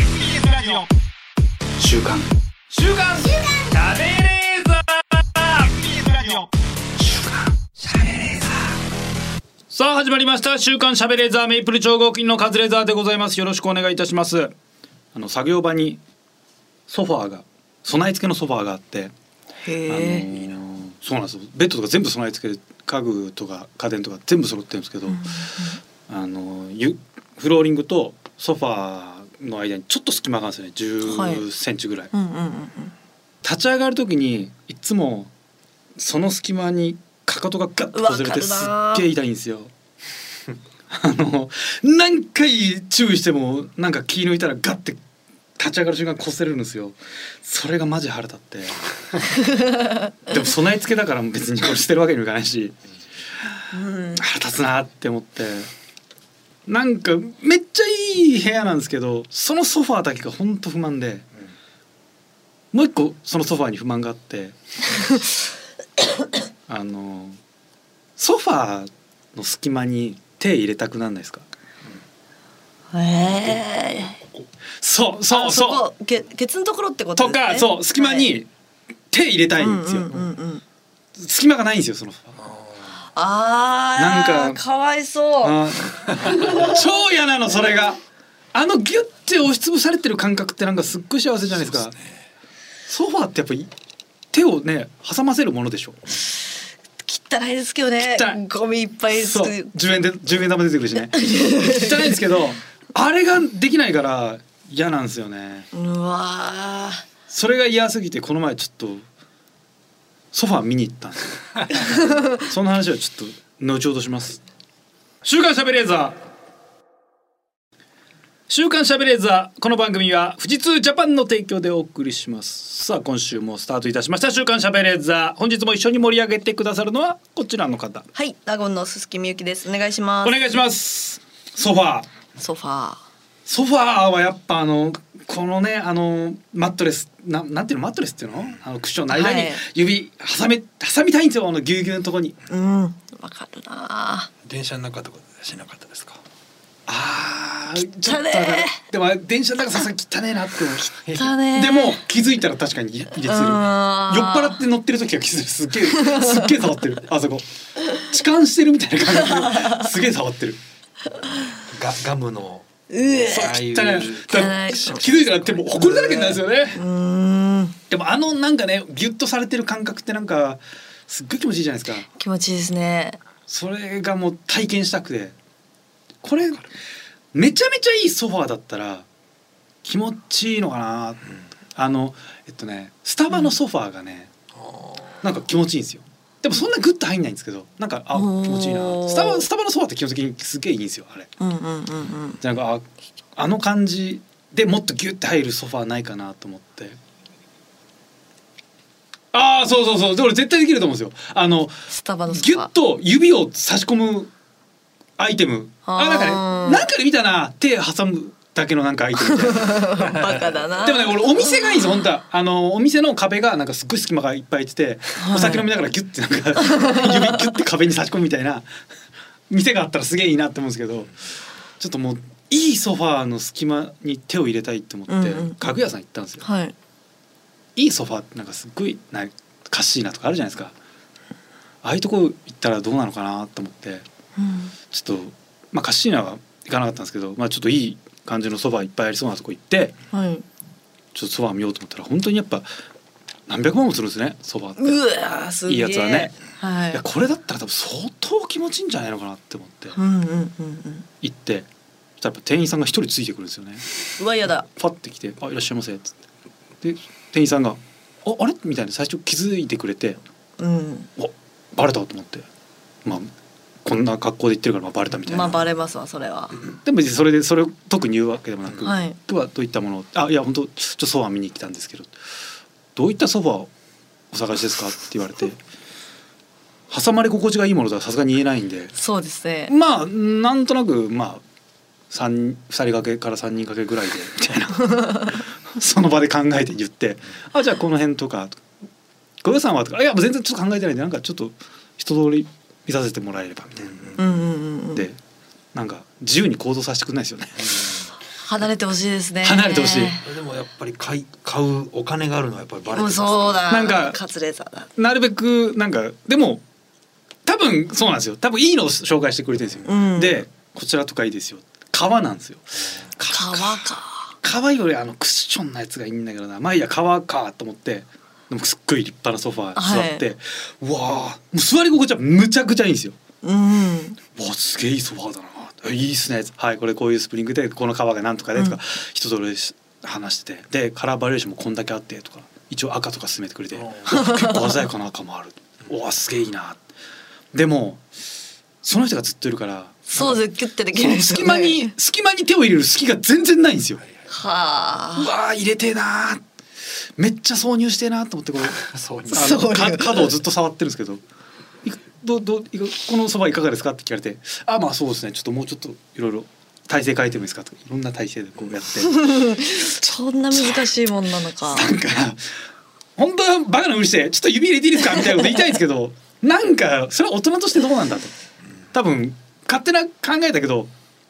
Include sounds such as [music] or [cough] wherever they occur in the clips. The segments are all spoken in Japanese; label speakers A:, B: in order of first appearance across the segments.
A: ジオ週刊週刊しゃべれーザー TBS ラジオ
B: さあ始まりました週刊しゃべレーザーメイプル超合金のカズレーザーでございますよろしくお願いいたしますあの作業場にソファーが備え付けのソファーがあってあの
C: へえ。
B: そうなんですよベッドとか全部備え付けで家具とか家電とか全部揃ってるんですけど、あのゆフローリングとソファーの間にちょっと隙間があるんですよね
C: はい
B: 10センチぐらい、
C: うんうんうん
B: 立ち上がる時にいつもその隙間にかかとがガッとこずれて
C: う
B: す
C: わ
B: っげえ痛いんですよ。あの何回注意してもなんか気抜いたらガッて立ち上がる瞬間擦れるんですよそれがマジ腹立
C: [laughs]
B: ってでも備え付けだから別にこれしてるわけにもいかないし
C: うん。
B: 腹 [laughs] 立つなって思ってなんかめっちゃいい部屋なんですけどそのソファーだけがほんと不満で、もう一個そのソファーに不満があって
C: [laughs]
B: あのソファーの隙間に手入れたくなんないですか
C: うん。へえ。
B: そうそう
C: あ
B: そ
C: こけケツのところってこ
B: う
C: と
B: と
C: ですね。
B: かそう隙間
C: は
B: に手入れた
C: い。
B: い
C: うんん
B: で
C: う
B: すよ、
C: んうんうん。
B: 隙間がないんですよそのソファー
C: ああ。
B: なんか
C: かわいそう。
B: あー超嫌なのそれがあのギュッて押しつぶされてる感覚ってなんかすっごい幸せじゃないですかソファーってやっぱり手をね挟ませるものでしょ
C: 汚いですけどね
B: 汚い。
C: ゴミいっぱいです。
B: そう10円で10円玉出てくるしね汚いんですけどあれができないから嫌なんですよね
C: うわー。
B: それが嫌すぎてこの前ちょっとソファー見に行ったんですよその話はちょっと後ほどします週刊しゃべレーザー週刊しゃべレーザーこの番組は富士通ジャパンの提供でお送りしますさあ今週もスタートいたしました週刊しゃべレーザー本日も一緒に盛り上げてくださるのはこちらの方
C: はい、ラゴンの鈴木みゆきです。お願いしま
B: お
C: す。
B: 願いしますソファー
C: ソファー。
B: ソファーはやっぱあのこのねあのマットレスななんていうのマットレスっていうのあのクッションの間に
C: はい
B: 指挟め、挟みたいんですよあのぎゅうぎゅうのとこに
C: うん、わかるな。
D: 電車の中とかでしなかったですか。
B: あーちょ
C: 汚
B: っ
C: ね
B: とあのでも電車の中さすがに汚ねえなって思う
C: 汚ねえ
B: でも気づいたら確かに入れてる酔っ
C: あー
B: 払って乗ってる時は気づいてるすっげえすっげえ触ってるあそこ痴漢してるみたいな感じですげえ触ってる
D: ガガムの。
C: うえ。
D: ああい
B: 汚いだから
C: 汚い
B: 気づいたらってもう埃だらけになるんですよね
C: うーん、
B: でもあのなんかねギュッとされてる感覚ってなんかすっごい気持ちいいじゃないですか
C: 気持ちいいですね。
B: それがもう体験したくてこれめちゃめちゃいいソファーだったら気持ちいいのかな、あのえっとねスタバのソファーがね、なんか気持ちいいんですよでもそんなグッと入んないんですけどなんかあ気
C: おー
B: 持ちいいなスタバスタバのソファーって基本的にすげえいいんですよあれ
C: うんうんうんうん。
B: なんかああの感じでもっとギュッて入るソファーないかなと思ってああそうそうそうで俺絶対できると思うんですよあの
C: スタバのソファ
B: ギュッと指を差し込むアイテムあ
C: あー
B: なんかねなんかで見たな手挟むだけのなんかアイテムみたいな
C: バカだな。
B: でもね俺お店がいいぞ本当はあのお店の壁がなんかすっごい隙間がいっぱいいてて、お酒飲みながらギュッてなんか [laughs] 指ギュッて壁に差し込むみたいな [laughs] 店があったらすげえいいなって思うんですけどちょっともういいソファーの隙間に手を入れたいと思って、
C: うんうん
B: 家具屋さん行ったんですよ、
C: はい。
B: いいソファーってなんかすっごいなんかかしいなとかあるじゃないですかああいうとこ行ったらどうなのかなと思って
C: うん。
B: ちょっとまあカッシーナは行かなかったんですけど、まあ、ちょっといい感じのソファーいっぱいありそうなとこ行って
C: はい。
B: ちょっとソファー見ようと思ったら本当にやっぱ何百万もするんですねソファーって。
C: うわー、すげえ。
B: いいやつはね。
C: はい
B: いや
C: い。
B: これだったら多分相当気持ちいいんじゃないのかなって思って
C: うんうんうんうん。
B: 行ってそしたらやっぱ店員さんが一人ついてくるんですよね。
C: うわ、やだ。
B: パッて来て「あいらっしゃいませ」っつってで店員さんが「ああれ?」みたいな最初気づいてくれて
C: うん。
B: おバレたと思ってまあこんな格好で言ってるからまあバレたみたいな、
C: まあ、バレますわ、それは。
B: でも別にそれでそれを特に言うわけでもなく、
C: はい
B: 今日はどういったものをあいや本当ちょっとソファー見に来たんですけどどういったソファーをお探しですかって言われて挟まれ心地がいいものとはさすがに言えないんで
C: そうですね。
B: まあなんとなくまあ三2人掛けから3人掛けぐらいでみたいな [laughs] その場で考えて言って「あじゃあこの辺とか」ご予算は?」とか「いやもう全然ちょっと考えてないんでなんかちょっと一通り見させてもらえれば」みたいな。
C: うんうんうんうん。
B: でなんか自由に行動させてくれないですよね。
C: 離れてほしいですね
B: 離れてほしい
D: でもやっぱり買い買うお金があるのはやっぱりバレて
C: う
D: ま
C: ん
D: すか
C: そうだ
B: なんか
C: カツレーザーだ
B: なるべくなんかでも多分そうなんですよ多分いいのを紹介してくれてるんですよ、
C: うん
B: でこちらとかいいですよ革なんですよ
C: 皮か
B: 革よりあのクッションのやつがいいんだけどなまあいいや革かと思ってでもすっごい立派なソファー座って、うわあもう座り心地はむちゃくちゃいいんですよ
C: うん
B: わあすげえいいソファーだなあいいっすねはいこれこういうスプリングでこの革がなんとかでとか、
C: うん
B: 人ぞれし話しててでカラーバリエーションもこんだけあってとか一応赤とか勧めてくれて
D: うん
B: わあ結構鮮やかな赤もあるうわあすげえいいなでもその人がずっといるから
C: そうですキュッてでき
B: そ
C: るん
B: の
C: ですよ
B: 隙
C: ね
B: 間に隙間に手を入れる隙が全然ないんですよ。
C: は
B: うわー入れてえなーめっちゃ挿入してえなーと思ってこれあ
D: そういう
C: 挿入
B: のか角をずっと触ってるんですけどいくどうどういくこのそばいかがですかって聞かれて「あまあそうですねちょっともうちょっといろいろ体勢変えてもいいですか」とかいろんな体勢でこうや
C: [laughs]
B: って
C: あそんな難しいもんなのか
B: なんか本当はバカな無理して「ちょっと指入れていいですか?」みたいなこと言いたいんですけ
C: [laughs]
B: どなんかそれは大人としてどうなんだと多分勝手な考えだけど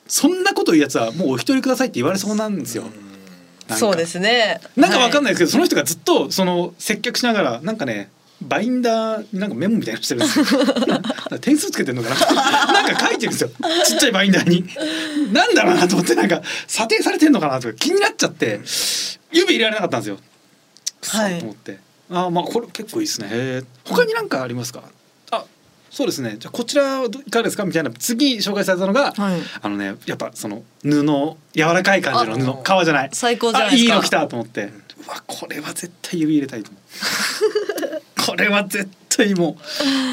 B: そんなこと言うやつはもうお一人くださいって言われそうなんですよ。なんか
C: そうですね
B: なんかわかん
C: ない
B: ないですけど、その人がずっとその接客しながらなんかねバインダーになんかメモみたいなのしてるんですよなんか点数つけてんの [laughs] かななんか書いてるんですよちっちゃいバインダーになんだろうなと思ってなんか査定されてんのかなとか気になっちゃって指入れられなかったんですよくそ
C: はい
B: と思って、ああまあこれ結構いいですねへえ他になんかありますかあそうですねじゃあこちらはどいかがですかみたいな次紹介されたのが、
C: はい
B: あのねやっぱその布柔らかい感じの布革じゃない
C: 最高じゃないですか
B: あいいの来たと思って、うわこれは絶対指入れたいと思
C: [laughs]
B: うこれは絶対も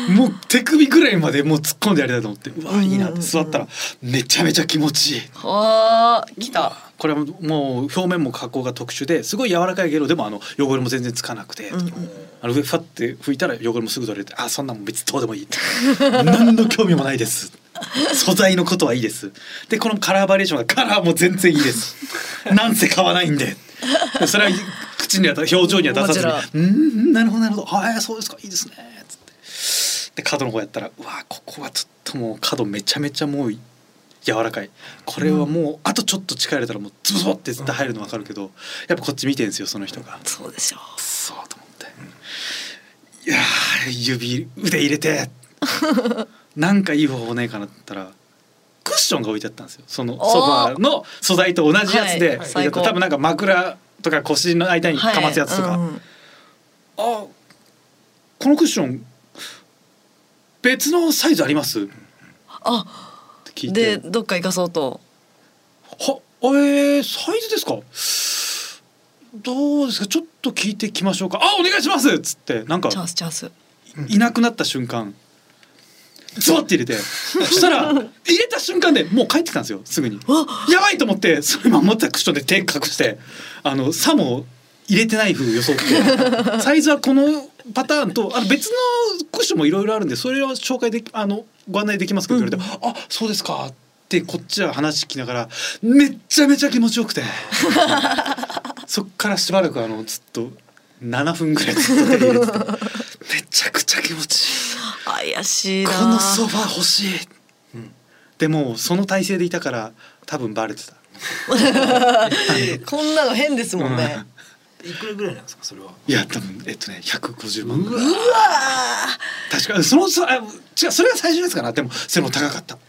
B: うもう手首ぐらいまでもう突っ込んでやりたいと思ってうわいいなって座ったらめちゃめちゃ気持ちいい
C: あー来た
B: これはもう表面も加工が特殊ですごい柔らかいゲロでもあの汚れも全然つかなくて、
C: うんうん
B: あの上ファって拭いたら汚れもすぐ取れてあそんなんもう別にどうでもいい何の興味もないです素材のことはいいですでこのカラーバリエーションがカラーも全然いい
C: [laughs]
B: ですなんせ買わないんでそれは口には表情には出さず
C: も
B: にうんうんなるほどなるほどはいそうですかいいですねつってで角の方やったらうわここはちょっともう角めちゃめちゃもう柔らかいこれはもうあとちょっと力入れたらもうズボズボって絶対入るの分かるけどやっぱこっち見てんですよその人が
C: そうでしょ
B: くそうと思って、いやー指腕入れ
C: [laughs]
B: てなんかいい方法ねえかなって言ったらクッションが置いてあったんですよその
C: おー
B: ソファーの素材と同じやつで、
C: はい
B: 置いてあっ
C: 最
B: た
C: 高
B: 多分なんか枕とか腰の間
C: う
B: にかますやつとか、
C: はいうん
B: あこのクッション別のサイズありますって
C: あ
B: 聞い
C: で
B: て
C: どっか行かそうと
B: はえー、サイズですかどうですかちょっと聞いてきましょうかあお願いしますっつってなんか
C: チャンスチャンス
B: いなくなった瞬間ズワッて入れてそしたら入れた瞬間でもう帰ってきたんですよすぐに
C: あ
B: やばいと思ってそれ守ってたクッションで手隠してあのさも入れてない風装ってサイズはこのパターンとあの別のクッションもいろいろあるんでそれは紹介できあのご案内できますけど言われて「あそうですか」ってこっちは話聞きながらめっちゃめちゃ気持ちよくてそっからしばらくあのずっと7分ぐらいずっと手入れててめちゃくちゃ気持ちいい。
C: 怪しいな
B: このソファー欲しい、でもその体勢でいたから多分バレてた
C: こんなの変ですもんね、
B: うん
D: いくらぐらいなんですかそれはい
B: や多分えっとね150万ぐ
D: う
B: らい
D: わ
B: 確かそのそあ違うそれが最初のやつかなでもそれも高かった
C: いや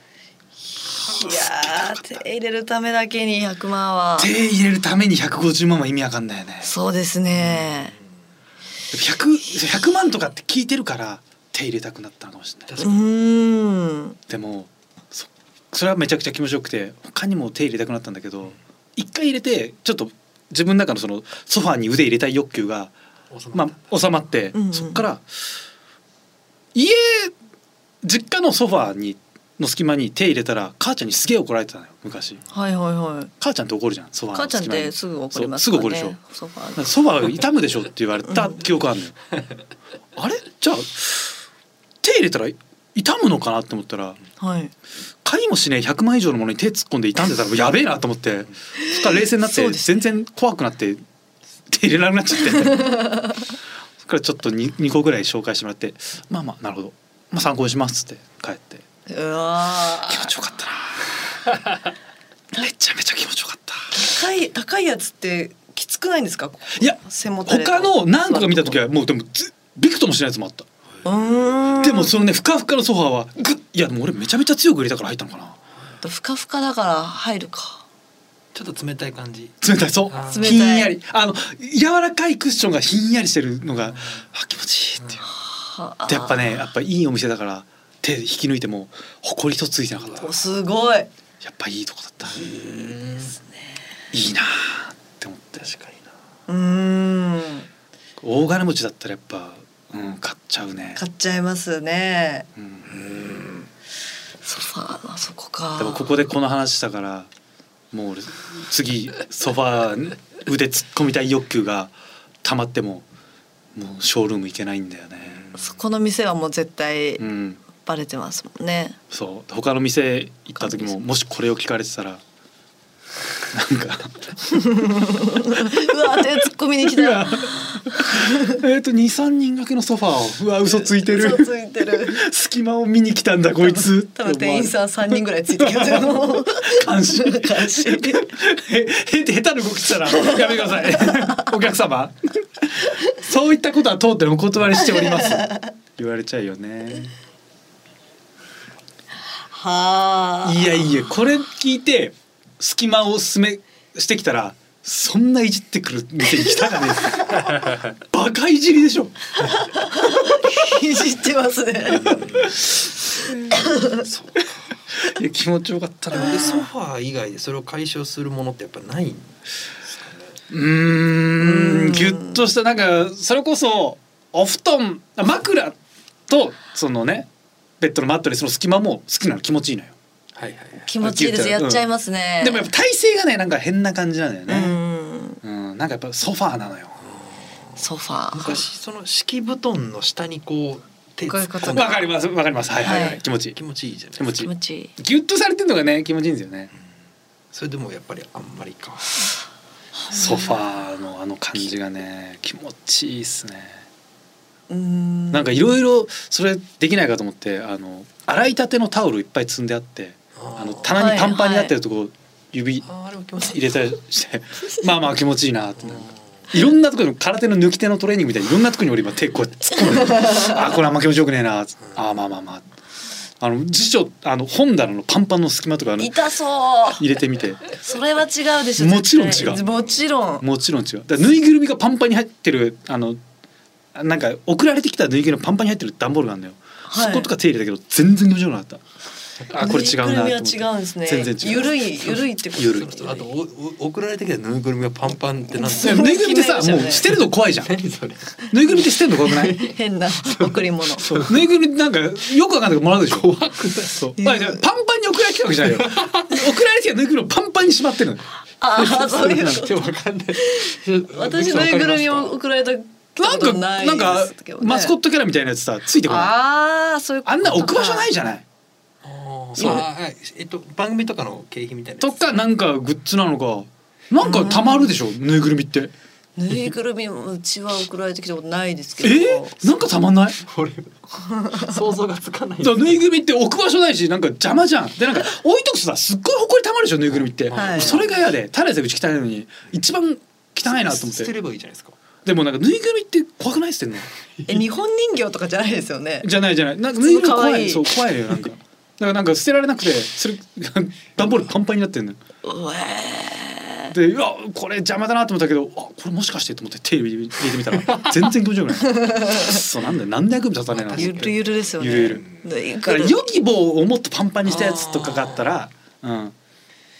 C: ー手入れるためだけに100万は
B: 手入れるために150万は意味わかんないよね
C: そうですね
B: 100, 100万とかって聞いてるから手入れたくなったのかもしれない
C: うんーん
B: でもそそれはめちゃくちゃ気持ちよくて他にも手入れたくなったんだけど一回入れてちょっと自分の中のそのソファーに腕入れたい欲求がまあ、収まって、
C: うんうん
B: そっから家実家のソファーにの隙間に手入れたら母ちゃんにすげえ怒られてたのよ昔
C: はいはいはい
B: 母ちゃんって怒るじゃんソファー
C: 母
B: の
C: ちゃんっ
B: 隙間に
C: てすぐ怒りま
B: そ
C: す
B: うすぐ
C: から
B: 怒るでし
C: ね
B: ょ
C: ソフ
B: だから
C: ァ
B: ソファー痛むでしょって言われた記憶あるのよ、あれじゃあ手入れたら痛むのかなって思ったら
C: ーはい
B: 買いもしねえ100万以上のものに手突っ込んで傷んでた
C: [laughs]
B: らもうやべえなと思ってそっから冷静になっ
C: そ
B: て
C: うです
B: 全然怖くなって手入れられなくなっちゃってそっ
C: [laughs]
B: からちょっと 2, 個ぐらい紹介してもらってまあまあなるほど、まあ、参考にしますっつって帰って
C: うわ [laughs]
B: 気持ちよかったなめちゃめちゃ気持ちよかった
C: 高い高いやつってきつくないんですか
B: いや
C: 背もたれ
B: 他の何個か見た時はもうでもずびくともしないやつもあった、
C: うーん
B: でもそのねふかふかのソファーはグッいやでも俺めちゃめちゃ強く入れたから入ったのかな
C: ふかふかだから入るか
D: ちょっと冷たい感じ
B: 冷たいそう
D: あ
C: ー
B: ひんやりあの柔らかいクッションがひんやりしてるのがあ気持ちいいっていう
C: はあ
B: でやっぱねやっぱいいお店だから手引き抜いてもほこり一つついてなかった
C: おすごい
B: やっぱいいとこだった
D: うん
B: いいなーって思って
D: 確かにな
C: うーん
B: 大金持ちだったらやっぱ、うん、買っちゃうね、
C: 買っちゃいますね
B: うん、
D: うん
C: ソファーあそこか
B: でもここでこの話したからもう俺次ソファー腕突っ込みたい欲求が溜まってももうショールーム行けないんだよね
C: そこの店はもう絶対
B: うん
C: バレてますもんね、 [laughs]
B: そう他の店行った時ももしこれを聞かれてたらなんか
C: うわ手突っ込みに来
B: いや
C: た
B: [laughs] えっと23人掛けのソファーをうわ嘘ついてる
C: 嘘ついてる
B: 隙間を見に来たんだこいつ
C: 多分店員
B: ん
C: さん三人ぐらいついてきますよ
B: 監視
C: 監視
B: へへ下手な動きしたらやめてくださいお客様そういったことは通ってお断りしております言われちゃうよね
C: はあ
B: いやいやこれ聞いて隙間をすめしてきたらそんないじってくる店に来たらねえバカいじりでしょ
C: いじってますね
D: そう
B: いや気持ちよかったな
D: なんでソファー以外でそれを解消するものってやっぱないんですかね
B: うーんぎゅっとしたなんかそれこそお布団あ枕とそのねベッドのマットレスの隙間も好きなの気持ちいいのよ
D: はいはいはい
C: 気持ちいいですやっちゃいますね、
B: でもやっぱ体勢がねなんか変な感じなんだよね、
C: うん
B: うんなんかやっぱソファーなのよ
C: ソファー
D: 昔その敷布団の下にこう手
C: こうい
D: 突
C: う
D: っ
C: こと
D: 込ん
B: わか
D: で
B: りますわかりますはいはい、はい
C: はい
B: 気持ちいい
D: 気持ちいいじゃない
B: 気持ちい
C: 気
B: い
C: 持ちいい
B: ギュッとされてるのがね気持ちいいんですよね
D: それでもやっぱりあんまりか
B: ソファーのあの感じがね気持ちいいっすね
C: うん
B: なんかいろいろそれできないかと思ってあの洗いたてのタオルいっぱい積んであってあの棚にパンパンになってるとこ指
D: あーあれも気持ち
B: 入
D: いい
B: れたりしてまあまあ気持ちいいなってなんかいろんなところに空手の抜き手のトレーニングみたいにいろんなところに俺今手こうやって突っ込んでるあーこれあんま気持ちよくねえなあーまあまあまああの辞書あの本棚のパンパンの隙間とかあの
C: 痛そう
B: 入れてみて
C: それは違うでしょ
B: もちろん
C: 絶対
B: 違う
C: もちろん
B: もちろん違うだからぬいぐるみがパンパンに入ってるあのなんか送られてきたぬいぐるみがパンパンに入ってる段ボールがあるんだよ、
C: はい
B: そことか手入れたけど全然気持ちよくなかったあーこれ違うなと
C: ぬいぐ
B: 思
C: る
B: って
C: みは違うんですね
B: 全然違う
C: ゆるいゆるいってこと
B: 緩い
C: ですね
D: あとおお送られてきたぬいぐるみがパンパンってなっ
B: い
D: て
B: やぬいぐるみってさ
C: [laughs] 気になりますよ
B: もう
C: ね
B: 捨てるの怖いじゃん
D: 何それ
B: ぬいぐるみって捨てるの怖くない
C: 変な贈り物 [laughs]
B: そうぬいぐるみなんかよくわかんないけどもらうでしょ怖くないそう、まあ、じゃあパンパンに送られてきたわけじ
C: [laughs]
B: ゃないよ送られてきたぬいぐるみをパンパンにしまってるの
C: ああそういうこと
D: [laughs] ちょっとわか
B: [laughs]
D: んない
C: 私ぬいぐるみを送られた
B: なん
C: こ
B: か
C: とない
B: なんか
C: ですけどね
B: マスコットキャラみたいなやつさついてこない
C: ああそういうこと
B: あんな置く場所ないじゃない
D: そうはいえっと番組とかの景品みたいな
B: とかなんかグッズなのかなんかたまるでしょぬいぐるみって
C: ぬいぐるみもうちは送られてきたことないですけど
B: えー、なんかたまんない [laughs]
D: これ想像がつかない
B: だからぬいぐるみって置く場所ないしなんか邪魔じゃんでなんか置いとくとさすっごいほこりたまるでしょぬいぐるみって、
D: はい
B: それが嫌でただでさえうち汚いのに一番汚いなと思っ
D: 捨て
B: て
D: ればいいじゃないですか
B: でもなんかぬいぐるみって怖くないっすってんの
C: え日本人形とかじゃないですよね
B: じゃないじゃない。なんかぬいぐるみ怖
C: 可愛
B: い。
C: い
B: そう怖いよなんか。だからなんか捨てられなくて、それ [laughs] 段ボールパンパンになってんのよ。
C: うわ
B: で、うわこれ邪魔だなと思ったけど、あこれもしかしてと思って手入れてみたら全然気持ちよくない。そうなんだよ。なんで役に立たねえなと
C: ー
B: 思
C: ゆ
B: っ
C: る
B: て。
C: ゆるですよね
B: ゆるゆる
C: ぬい
B: だ
C: ぐ
B: か
C: る
B: ら
C: み
B: 予期棒をもっとパンパンにしたやつとかがあったら、うん、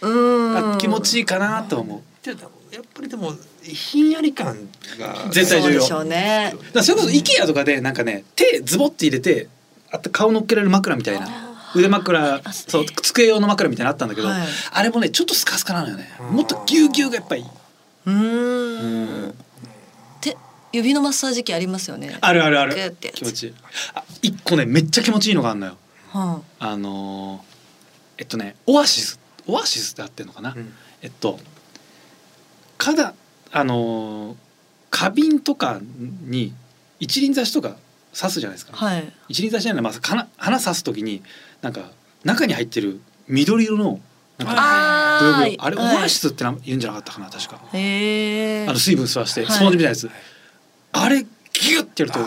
C: う
B: あ
C: ん
B: 気持ちいいかなと思う。
D: でもやっぱりでもひんやり感が
B: 絶対重要
C: そうでしょうね
B: だからそれこそ IKEA とかでなんかね手ズボって入れてあと顔乗っけられる枕みたいな腕枕そう机用の枕みたいなのあったんだけど、
C: はい
B: あれもねちょっとスカスカなのよね
D: うん
B: もっとギュウギュウがやっぱり
C: う
B: う
C: ーん
B: ん
C: て指のマッサージ機ありますよね
B: あるあるあ
C: グーっ
B: る
C: てやつ
B: 気持ちいいあ一個ねめっちゃ気持ちいいのがあるのよ
C: は
B: あのーえっとねオアシスオアシスってあってんのかな、
D: うん
B: えっと花壇あのー花瓶とかに一輪挿しとか刺すじゃないですか、
C: あはい
B: 一輪挿しじゃないまあ花花刺す時になんか中に入ってる緑色のなんか
D: あ
B: ブ呼ぶ
C: は
B: よ
C: い
B: あれオ
C: はい
B: アシスってな言うんじゃなかったかな確か
C: へえ
B: あの水分吸わして
C: はい
B: スポンジみたいなやつあれギュッてやると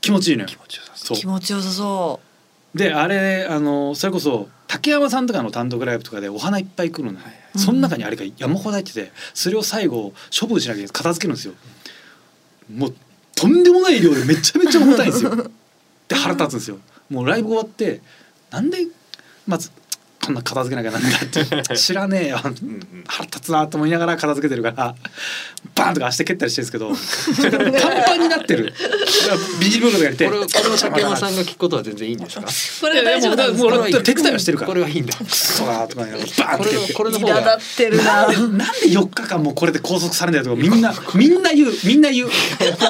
B: 気持ちいいのよ
D: 気持ちよさそ
B: そう
C: 気持ちよさそ
B: であれあのそれこそ竹山さんとかの単独ライブとかでお花いっぱい来るのよ、
D: はいは
C: うん
B: その中にあれが山ほど入っててそれを最後処分しなきゃいけない片付けるんですよもうとんでもない量でめちゃめちゃ重たいんです
D: [laughs]
B: よで腹立つんですよもうライブ終わってなんでまずこんな片付けなきゃなんだって
D: [laughs]
B: 知らねえよ
D: う、うんうん、
B: 腹立つなと思いながら片付けてるからバーンとか足で蹴ったりしてるんです
D: [laughs]
B: けどパンパンになってるビニール袋とか入れ
D: こ
B: て
D: れをこれを竹山さんが聞くことは全然いいんですか
C: うこれ大丈夫なんです
B: もう
C: か
B: 俺は手伝いをしてるから
D: これはいいんだ
B: クソだとか言いながらバーン
D: こ
B: って
D: れ
B: 蹴っ
D: の
B: て
D: これの方
C: 苛
D: が
C: 立ってるな
D: [laughs]
B: なんで4日間もこれで拘束されないとかみ [laughs] んなみんな言うみんな言う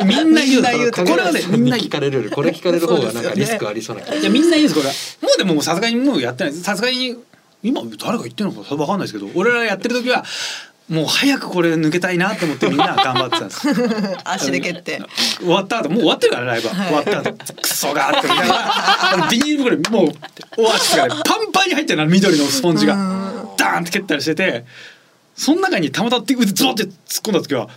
B: みんな言うこれはねみんな言
D: 聞
B: う
D: かれるよりこれ聞かれる方がなんかリスクありそうな気が
B: いやみんな言うんですこれはもうでももうさすがにもうやってないですさすがに今誰が言ってるのか分かんないですけど俺らやってる時はもう早くこれ抜けたいなと思ってみんな頑張ってたんです
C: 足で蹴って
B: 終わった後もう終わってるからねライブは、終わった後クソがーってみたいなビニール袋にもう終わってから、ね、パンパンに入ってるな緑のスポンジがダーンって蹴ったりしててその中にたまたまって腕ゾーって突っ込んだ時は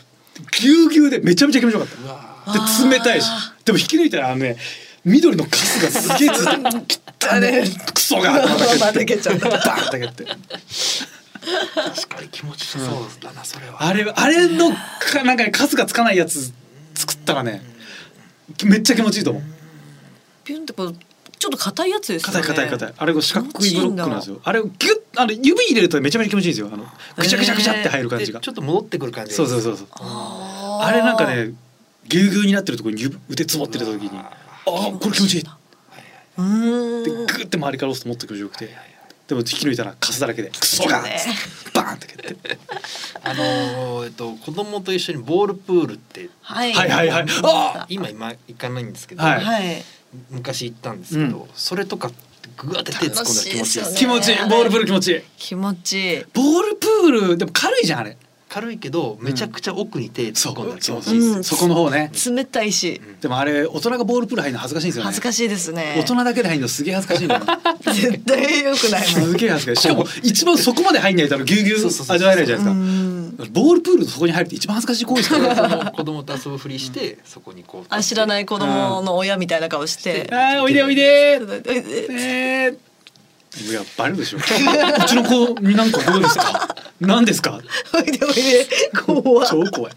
B: ぎゅうぎゅうでめちゃめちゃ気持ちよかった。
D: うわ
B: で冷たいしでも引き抜いたらあのね緑のカスがすげえついて汚ねえクソが
C: また蹴っちゃった
B: バーンって蹴って
D: ー確かに気持ちよさそうだなそれは
B: あれあれのかなんかねカスがつかないやつ作ったらねめっちゃ気持ちいいと思う
C: ピュンってこうちょっと硬いやつですよ
B: 硬
C: ね
B: い硬い硬いあれが四角いブロックなんです
C: 気持ちいい
B: よあれをギュッあの指入れるとめちゃめちゃ気持ちいいんですよあのぐちゃぐちゃぐちゃって入る感
D: で
B: じ
D: ちょ
B: が
D: っと戻ってくる感じ
B: そうそう
D: う
B: そうそう
C: あー
B: あれなんかねぎゅうぎゅうになってるところに指腕つぼってる時に
D: う
B: あ
D: わ
B: あーこれ気持ちいい
C: うーん
B: でグーって周りから押すともっと気持ちよくてでも引き抜いたらカスだらけでクソが
C: ね
B: バーンって蹴って
D: あのーえっと子供と一緒にボールプールって
C: はい
B: はいはいはいあ
D: 今今行かないんですけど、
B: は
C: はい
D: 昔行ったんですけど、
B: うん
D: それとかってグワって手突っ込んだら気持ちいいで
C: 楽しいですよ
D: す
C: ね
B: 気持ちいいボールプール気持ちいい
C: 気持ちいい
B: ボールプールでも軽いじゃんあれ
D: 軽いけどめちゃくちゃ奥に手突っ込んだら気持ちいいです、
C: う
B: そこの方ね
C: 冷たいし
B: でもあれ大人がボールプール入るの恥ずかしいんですよね
C: 恥ずかしいですね
B: 大人だけで入るのすげえ恥ずかしいんだよ
C: 絶対良くないもん
B: すげえ恥ずかしいしかも一番そこまで入んないとあのぎゅうぎゅう
D: そうそうそう
B: 味わえないじゃないうです
C: ん
B: かボールプールのそこに入るって一番恥ずかしい行為です [laughs] からね
D: 子供と遊ぶふりして、そこにこう
C: あ知らないい子供の親みたいな顔して
B: あーおいでおいで
C: [laughs]
B: ー
C: え
B: えーいやバレるでしょ [laughs] うちの子になんかどうですか何ですか
C: おいでおいで怖っ
B: 超怖い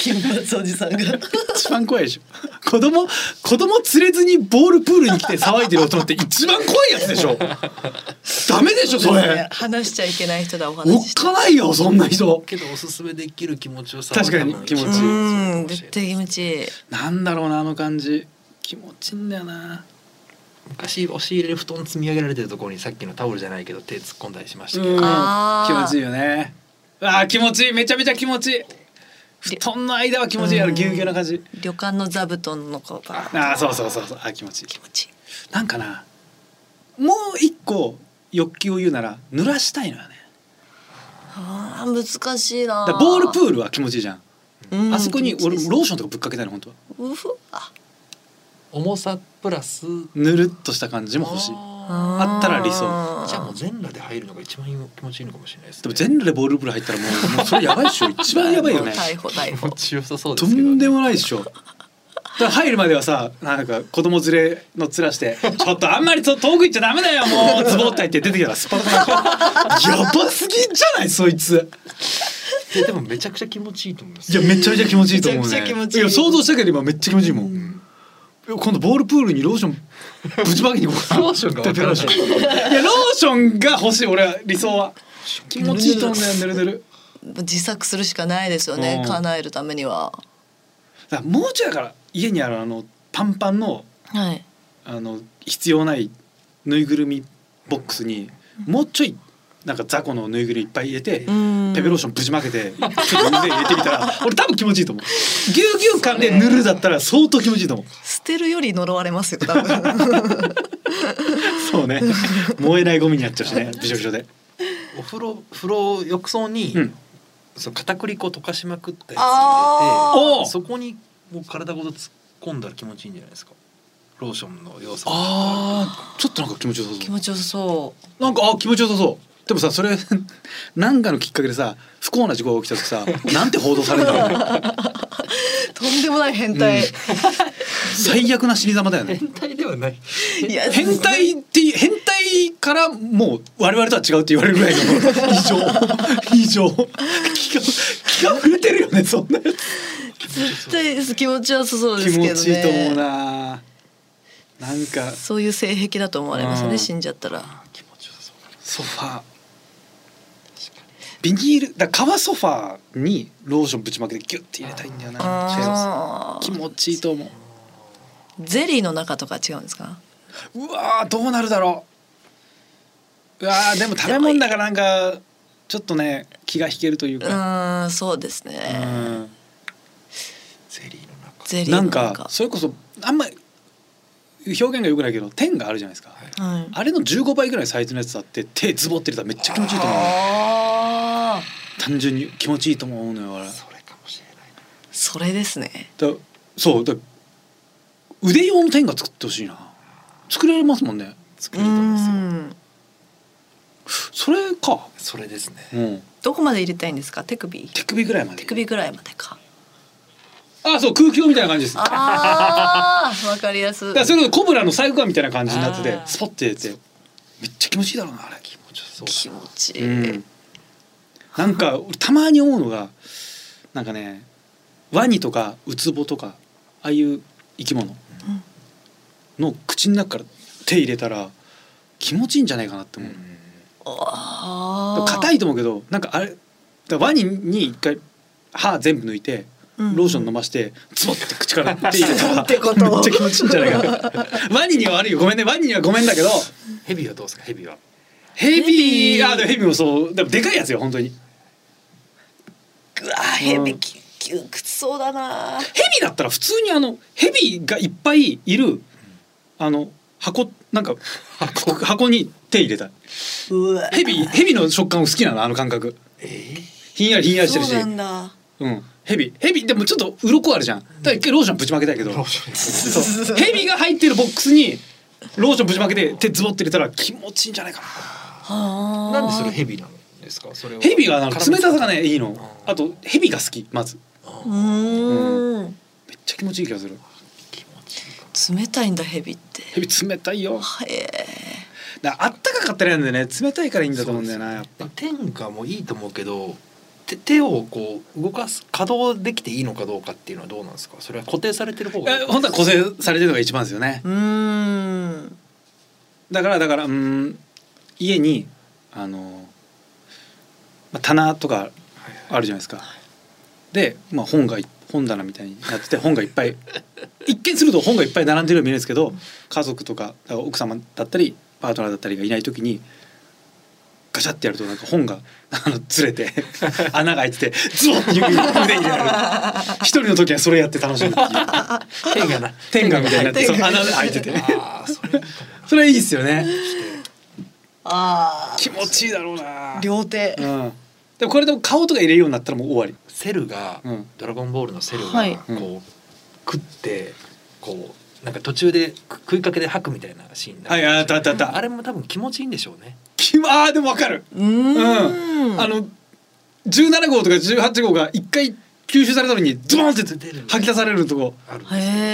C: 金髪おじさんが
B: 一番怖いでしょ子供子供連れずにボールプールに来て騒いでる大人って一番怖いやつでしょダメでしょそれ
C: 話しちゃいけない人だお
B: おっ
C: 話しして
B: かないよそんな人
D: けどおすすめできる気持ちよさは
B: 確かに
D: 多分
B: 気持ちいい
C: うん
D: そうかもしれ
C: 絶
D: ない
C: 対気持ちいい
B: なんだろうなあの感じ気持ちいいんだよな
D: 昔押し入れに布団積み上げられてるところにさっきのタオルじゃないけど手突っ込んだりしましたけど、
B: うん
C: あ
B: 気
C: ー
B: 持ちいいよねあー気持ちいいめちゃめちゃ気持ちいい布団の間は気持ちいいあのぎゅうぎゅうな感じ
C: 旅館の座布団の子が
B: あーそうそうそうそうあー気持ちいい
C: 気持ちいい
B: なんかなもう一個欲求を言うなら濡らしたいのよね
C: あー難しいな
B: だからボールプールは気持ちいいじゃん
C: うん
B: あそこに
C: 気持ちい
B: 俺
C: いです
B: ローションとかぶっかけたいの本当は
C: うふあ
D: 重さプラス
B: ぬるっとした感じも欲しい
D: あ
C: あ
B: あったら理想
D: ーじゃあもう
C: 想
D: 全裸で入るのが一番気持ちいいのかもしれないです、ね、
B: でも全裸でボールプール入ったらもうもうそれやばいっしょ一番やばいよね
C: 逮捕逮
D: 気
C: 捕
D: 持ちよさそうで
B: と
D: すけど、
B: んでもないっしょだから入るまではさなんか子供連れの面して「ちょっとあんまりと遠く行っちゃダメだよもうズボッタイ」って出てきたらスパルタなやばすぎんじゃないそいつ
D: いやでもめちゃくちゃ気持ちいいと思います
B: いやめちゃめちゃ気持ちいいと思う
C: めちゃくちゃ気持
B: ね
C: ちい
B: い
C: い
B: や想像したけど今めっちゃ気持ちいいもん、いや今度ボールプールにローションぶちまけに行こうかな
D: ローションがわからない
B: いやローションが欲しい俺は理想は気持ちいいと思うんだよぬるぬる
C: 自作するしかないですよね
B: うん
C: 叶えるためには
B: だからもうちょいだから家にあるあのパンパンの
C: はい
B: あの必要ないぬいぐるみボックスにもうちょいなんか雑魚のぬいぐるみいっぱい入れて、
C: うん
B: ペペローションぶちまけてちょっと腕入れてみたら [laughs] 俺多分気持ちいいと思うぎゅうぎゅう感でぬるだったら相当気持ちいいと思う
C: 捨てるより呪われますよ多分
B: そう [laughs] ね燃えないゴミになっちゃうしねびしょびしょで
D: お風呂風呂浴槽に、
B: うん
D: その片栗粉溶かしまくったやつ
C: あ
D: を入
B: お
D: れてそこにもう体ごと突っ込んだら気持ちいいんじゃないですかローションの要素
B: [laughs] あーちょっとなんか気持ちよさ
C: 気
B: そう
C: 持ちよさそ
B: なんかあ気持ちよさそでもさそれ [laughs] なんかのきっかけでさ不幸な事故が起きた時さなんて報道されるんだ [laughs] ろう
C: とんでもない変態、
B: 最悪な死に様だよね
D: 変態ではない。
C: いや
B: 変態っていう変態からもう我々とは違うって言われるぐらいの異常異常気が気が触れてるよねそんなやつ
C: 絶対です気持ちよさそうで
B: 気
C: すけどね
B: 持ちいいと思うななんか
C: そういう性癖だと思われますね、
B: うん
C: 死んじゃったら
D: 気持ちよさそうだな。
B: ソファービニールだから革ソファーにローションぶちまけてギュッて入れたいんだよな
C: あ
B: 気
C: ー
B: 持ちいいと思う
C: ゼリーの中とか違うんですか
B: うわーどうなるだろううわーでも食べ物だからなんかちょっとね気が引けるという
C: う
B: か、
C: ーんそうですね
B: うん
D: ゼリーの中。
C: ゼリー
B: な
C: の
B: ん
C: 中
B: かそれこそあんまり表現が良くないけど天があるじゃないですか、
D: はい
C: はい、
B: あれの15倍ぐらいサイズのやつだって手ズボってるたらめっちゃ気持ちいいと思う
C: あー
B: 単純に気持ちいいと思うのよあれ
D: それかもしれないな。
C: それですね
B: だそうだ腕用の天が作ってほしいな作られますもんね
D: 作
C: う
D: れると思いますよ
C: ーん
B: それか
D: それですね。
B: うん
C: どこまで入れたいんですか手首
B: 手首ぐらいまで
C: 手首ぐらいまで
B: [laughs]
C: か
B: あそう空気砲みたいな感じですだか
C: あーわかりやすい
B: らそれこそコブラの細工感みたいな感じになってて
C: あー
B: スポッて出てめっちゃ気持ちいいだろうなあれ
D: 気持ちよさそうだな。
C: 気持ちいい、
B: うんなんか俺たまに思うのがなんかねワニとかウツボとかああいう生き物の口の中から手入れたら気持ちいいんじゃないかなって思う、
C: あー
B: 硬いと思うけどなんかあれだからワニに一回歯全部抜いてローション飲ましてズボって口から手入れたら
C: てこと
B: めっちゃ気持ちいいんじゃないかなワニには悪いよごめんねワニにはごめんだけど
D: ヘビはどうですかヘビは。
B: ヘビ
C: ヘビ
B: ーあでもヘビもそうでもでかいやつよ本当に
C: うわヘビき窮屈そうだな
B: ヘビだったら普通にあのヘビがいっぱいいるあの箱なんか箱箱に手入れたいう
C: わ
B: ヘビヘビの食感を好きなのあの感覚
D: ええ。
B: ひんやりひんやりして
C: そ
B: る
C: う
B: し
C: なんだ
B: うんヘビヘビでもちょっと鱗あるじゃんだから一回ローションぶちまけたいけど
D: ローションにする
C: [laughs]
B: そうヘビが入ってるボックスにローションぶちまけて手ズボって入れたら気持ちいいんじゃないか
C: は
D: なんでそれ
C: れ
D: ヘビなんですか。それは
B: なヘビがなんか冷たさがねいいの
D: あー
B: あとヘビが好きまず
C: うーん
B: めっちゃ気持ちいい気がする
D: 気持ちいいかも。
C: 冷たいんだヘビって
B: ヘビ冷たいよ
C: はえ
B: だからあったかかったらやんでね冷たいからいいんだと思うんだよなやっぱ
D: 天下もいいと思うけど手手をこう動かす稼働できていいのかどうかっていうのはどうなんですかそれは固定されてる方がいい
B: え本当は固定されてるのが一番ですよね
C: うーん
B: だからだからうーん家にあのまあ棚とかあるじゃないですかで、まあ、本がい本棚みたいになってて本がいっぱい一見すると本がいっぱい並んでるように見えるんですけど家族とかだから奥様だったりパートナーだったりがいない時にガシャってやるとなんか本があのずれ [laughs] て穴が開いててズボッて指に腕になる一人の時はそれやって楽しむ [laughs] っていう
D: 天下な
B: 天下みたいになってそ
C: 天
B: う
C: 下
B: 穴が開い [laughs] てて
D: ああそれいいかも
B: それはいいですよね
C: あ
B: 気持ちいいだろうな
C: あ両手
B: うん、でもこれでも顔とか入れるようになったらもう終わり
D: セルが、
B: うん
D: ドラゴンボールのセルがこう、
C: はい
D: 食ってこうなんか途中でく食いかけで吐くみたいなシーン
B: はいあったあったあった
D: あれも多分気持ちいいんでしょうね
B: きまあーでもわかる
C: うーん
B: あの17号とか18号が一回吸収されたのにズボンって
D: 出る
B: 吐き出されるとこ
D: あるんで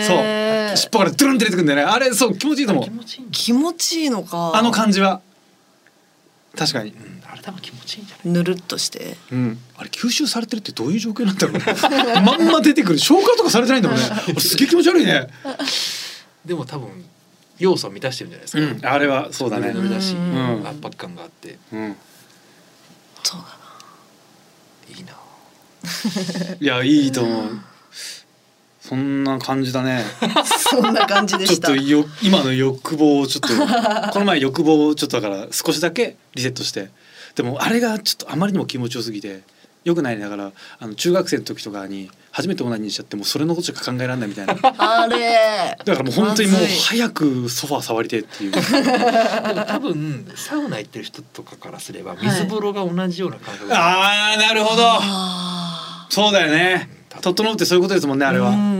D: すよ
C: へえ
B: 尻尾からドゥルンって出てくるんだよねあれそう気持ちいいと思う
D: 気持ちいいんだ
C: 気持ちいいのか
B: あの感じは確かに
D: う、んあれ多分気持ちいいんじゃない
C: ぬるっとして
B: うん、あれ吸収されてるってどういう状況なんだろうねまんま出てくる消化とかされてないんだもんねあれすげえ気持ち悪いね、
D: でも多分要素を満たしてるんじゃないですか、
B: うん、あれはそうだね
D: ぬるぬるだし、
B: ん
D: 圧迫感があって
B: うん
C: そうだない
D: いない
B: やいいと思うそんな感じだね
C: そんな感じで
B: ちょっ
C: した
B: とよ今の欲望をちょっ
C: [laughs]
B: とこの前欲望をちょっとだから少しだけリセットしてでもあれがちょっとあまりにも気持ちよすぎてよくないねだからあの中学生の時とかに初めてオナニーしちゃってもうそれのことしか考えられないみたい
C: [laughs]
B: なだ
C: あれ
B: からもう本当にもう
C: まずい
B: 早くソファー触りてえっていう
D: でも多分サウナ行ってる人とかからすれば
C: い
D: 水風呂が同じような感覚、
B: ああなるほど
C: あ
B: そうだよね整うってそういうことですもんね
C: あ
B: あれは
C: は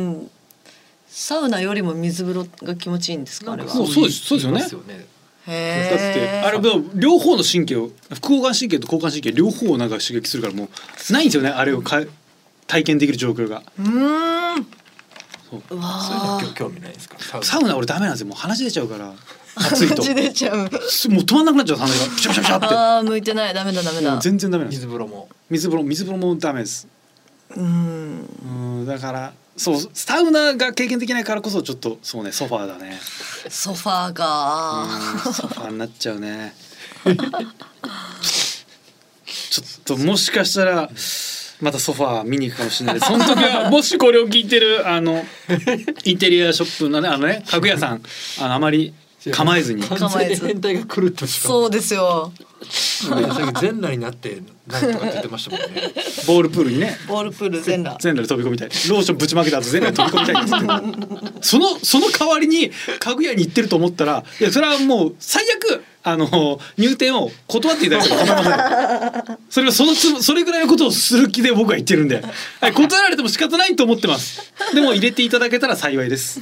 C: サウナよりも水風呂が気持ちいいんですかあれは
B: もうそうですそうですよね
D: 言いますよね
B: だって
C: へー
B: あれでも両方の神経を副交感神経と交感神経両方をなんか刺激するからもうないんですよねあれをか体験できる状況が
C: うーん
B: そう
C: うわ
D: そういうの
C: あ
D: 興興味ないですかサウナ
B: サウナ俺ダメなんですよもう話出ちゃう
C: [laughs]
B: から暑いと
C: 口出
B: [laughs]
C: ちゃう
B: すもう止まんなくなっちゃう鼻がピシャピシャピシャって
C: ああ向いてないダメだダメ
B: も
C: だ
B: う全然ダメなんです
D: 水風呂も
B: 水風呂水風呂もダメです
C: うん
B: うんだからそうサウナが経験できないからこそちょっとそうねソファーだ
C: [laughs]
B: ね
C: ソファー
B: うん
C: が
B: ソファーになっちゃうねちょっともしかしたらまたソファー見に行くかもしれないその時はもしこれを聞いてるあのインテリアショップのねあのね家具屋さんあのあまり構えずに
D: 完全に変態が狂ってました
C: そうですよ
D: さっき全裸になってなんとかって言ってましたもんね
B: ボールプールにね
C: ボールプール全裸
B: 全裸で飛び込みたいローションぶちまけた後全裸で飛び込みたいんですけどそのその代わりに家具屋に行ってると思ったらいやそれはもう最悪あの入店を断っていただいても構いませんそれはそのつそれぐらいのことをする気で僕は言ってるんで、はい、断られても仕方ないと思ってますでも入れていただけたら幸いです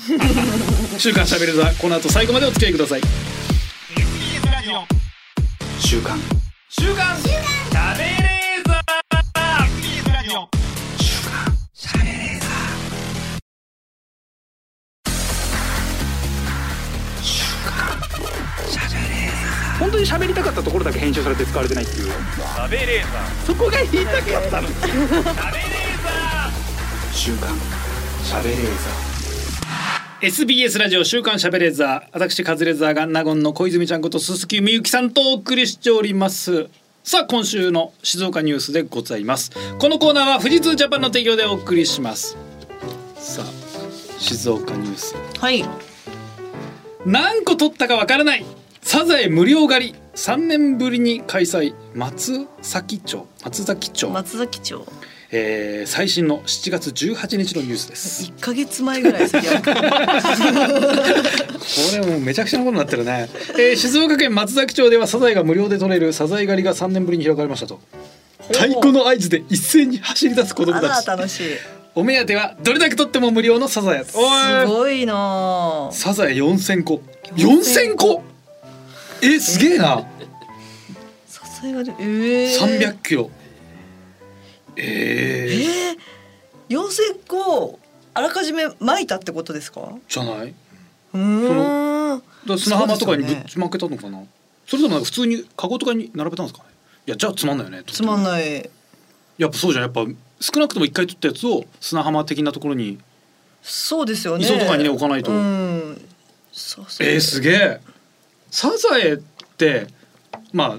B: 週刊しゃべる座この後最後までお付き合いください
A: TBS ラジオ週刊週刊しゃべれーザー TBS ラジオ週刊しゃべれーザー週刊しゃべれーザー本当に喋りたかったところだけ編集されて使われてないっていうしゃべれーザーそこが言いたかったのしゃべれーザー週刊しゃべれーザー
B: SBS ラジオ週刊しゃべれーザー私カズレーザーが納言の小泉ちゃんこと鈴木みゆきさんとお送りしておりますさあ今週の静岡ニュースでございますこのコーナーは富士通ジャパンの提供でお送りしますさあ静岡ニュース
C: はい
B: 何個取ったかわからないサザエ無料狩り3年ぶりに開催松崎町松崎町、
C: 松崎町
B: えー最新の7月18日のニュースです
C: 一ヶ月前ぐらい先 [laughs] やる
B: これもうめちゃくちゃなことになってるね、えー静岡県松崎町ではサザエが無料で取れるサザエ狩りが3年ぶりに開かれましたと太鼓の合図で一斉に走り出す子供
C: あ
B: た
C: ら
B: ち
C: 楽しい
B: お目当てはどれだけ取っても無料のサザエ
C: す
B: おい
C: ごいなあ
B: サザエ4000個4000
C: 4000
B: 個えすげえな
C: 支えがでええ
B: 300キロえー、
C: ええ四千個あらかじめ撒いたってことですかう
B: じゃないだか
C: ーん
B: ら砂浜とかにぶ
C: そうですよね
B: っちまけたのかなそ,、れともなんか普通にカゴとかに並べたんですかねいやじゃあつまんないよね
C: つまんない
B: やっぱそうじゃんやっぱ少なくとも一回取ったやつを砂浜的なところに
C: そうですよね
B: 磯とかにね置かないと
C: うんそうそう
B: えー、すげえサザエってまあ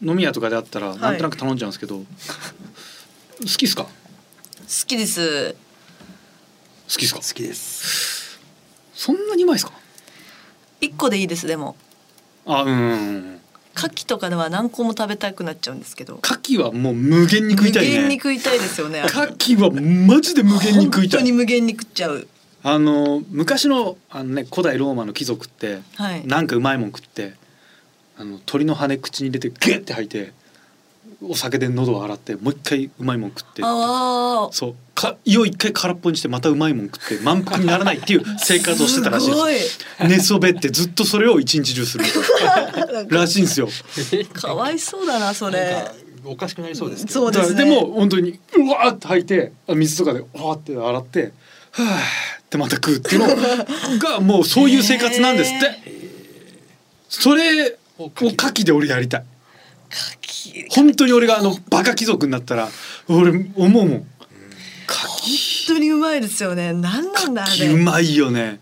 B: 飲み屋とかであったら
C: い
B: なんとなく頼んじゃうんですけど、好きっすか好
C: 好きです
B: きっすか
D: きです [laughs]
B: そんなにうまいっすか
C: 一個でいいですでも
B: あうんうんうん
C: 牡蠣とかでは何個も食べたくなっちゃうんですけど
B: 牡蠣はもう無限に食いたい
C: 無限に
B: ね
C: 食いたいですよね
B: 牡蠣はマジで無限に食いた
C: 本当に
B: い
C: 無限に食っちゃう
B: あの昔のあの、ね、古代ローマの貴族って、
C: はい
B: [laughs] なんかうまいもん食ってあの鳥の羽口に入れてゲッて吐いてお酒で喉を洗ってもう一回うまいもん食って
C: ああ
B: そうか胃を一回空っぽにしてまたうまいもん食って満腹にならない
C: [laughs]
B: っていう生活をしてたらしい
C: すご
B: で
C: い
B: す寝そべってずっとそれを一日中するみたい
C: なん
B: な
C: [laughs] から
B: しいんですよ
C: かわいそうだなそ
D: なん
C: れ
D: かおかしくなりそうですけ
C: そ
D: ど
C: うです
B: だか
C: ね
B: らでも本当にうわーって吐いて水とかでうわーって洗ってはーってまた食うっていうの
C: [laughs]
B: がもうそういう生活なんですってそれを牡蠣で俺やりたい
C: 牡蠣
B: 本当に俺があのバカ貴族になったら俺思うもん
C: 本当にうまいですよねなんなんだあ
B: 牡蠣う
C: れ
B: まいよね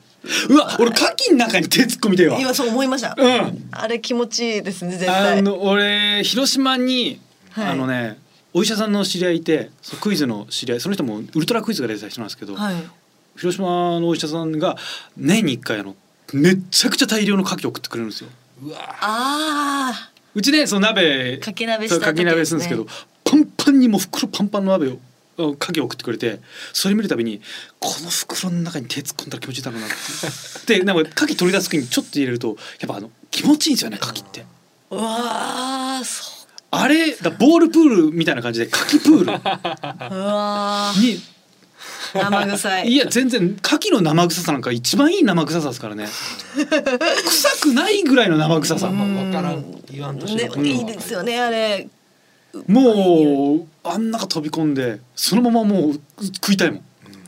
B: うわ俺牡蠣の中に手突っ込みたいわ
C: 今そう思いました
B: うん
C: あれ気持ちいいですね絶
B: あ
C: 対
B: の俺広島に、
C: はい
B: あのねお医者さんの知り合いいてそうクイズの知り合いその人もウルトラクイズが出てた人なんですけど、
C: はい
B: 広島のお医者さんが年に1回あのめっちゃくちゃ大量の牡蠣を送ってくれるんですよ
D: うわ
C: あ
B: うちねその鍋
C: ーかき鍋し
B: そう
C: た
B: か
C: 時
B: き鍋するんですけどパンパンにもう袋パンパンの鍋をあ牡蠣を送ってくれてそれ見るたびにこの袋の中に手突っ込んだら気持ちいいだろうなっていうでなんか牡蠣取り出す時にちょっと入れるとやっぱあの気持ちいいんですよね牡蠣って。
C: うわーそ
B: あれだボールプールみたいな感じで牡蠣プール
C: ううわー
B: に
C: 生臭い
B: いや全然牡蠣の生臭さなんか一番いい生臭さですからね臭くないぐらいの生臭さ
D: まあ
C: うん
D: まあわからん言わんとし
C: ね
D: てるから
C: いいですよねあれ
B: もうあん中飛び込んでそのままもう食いたいもん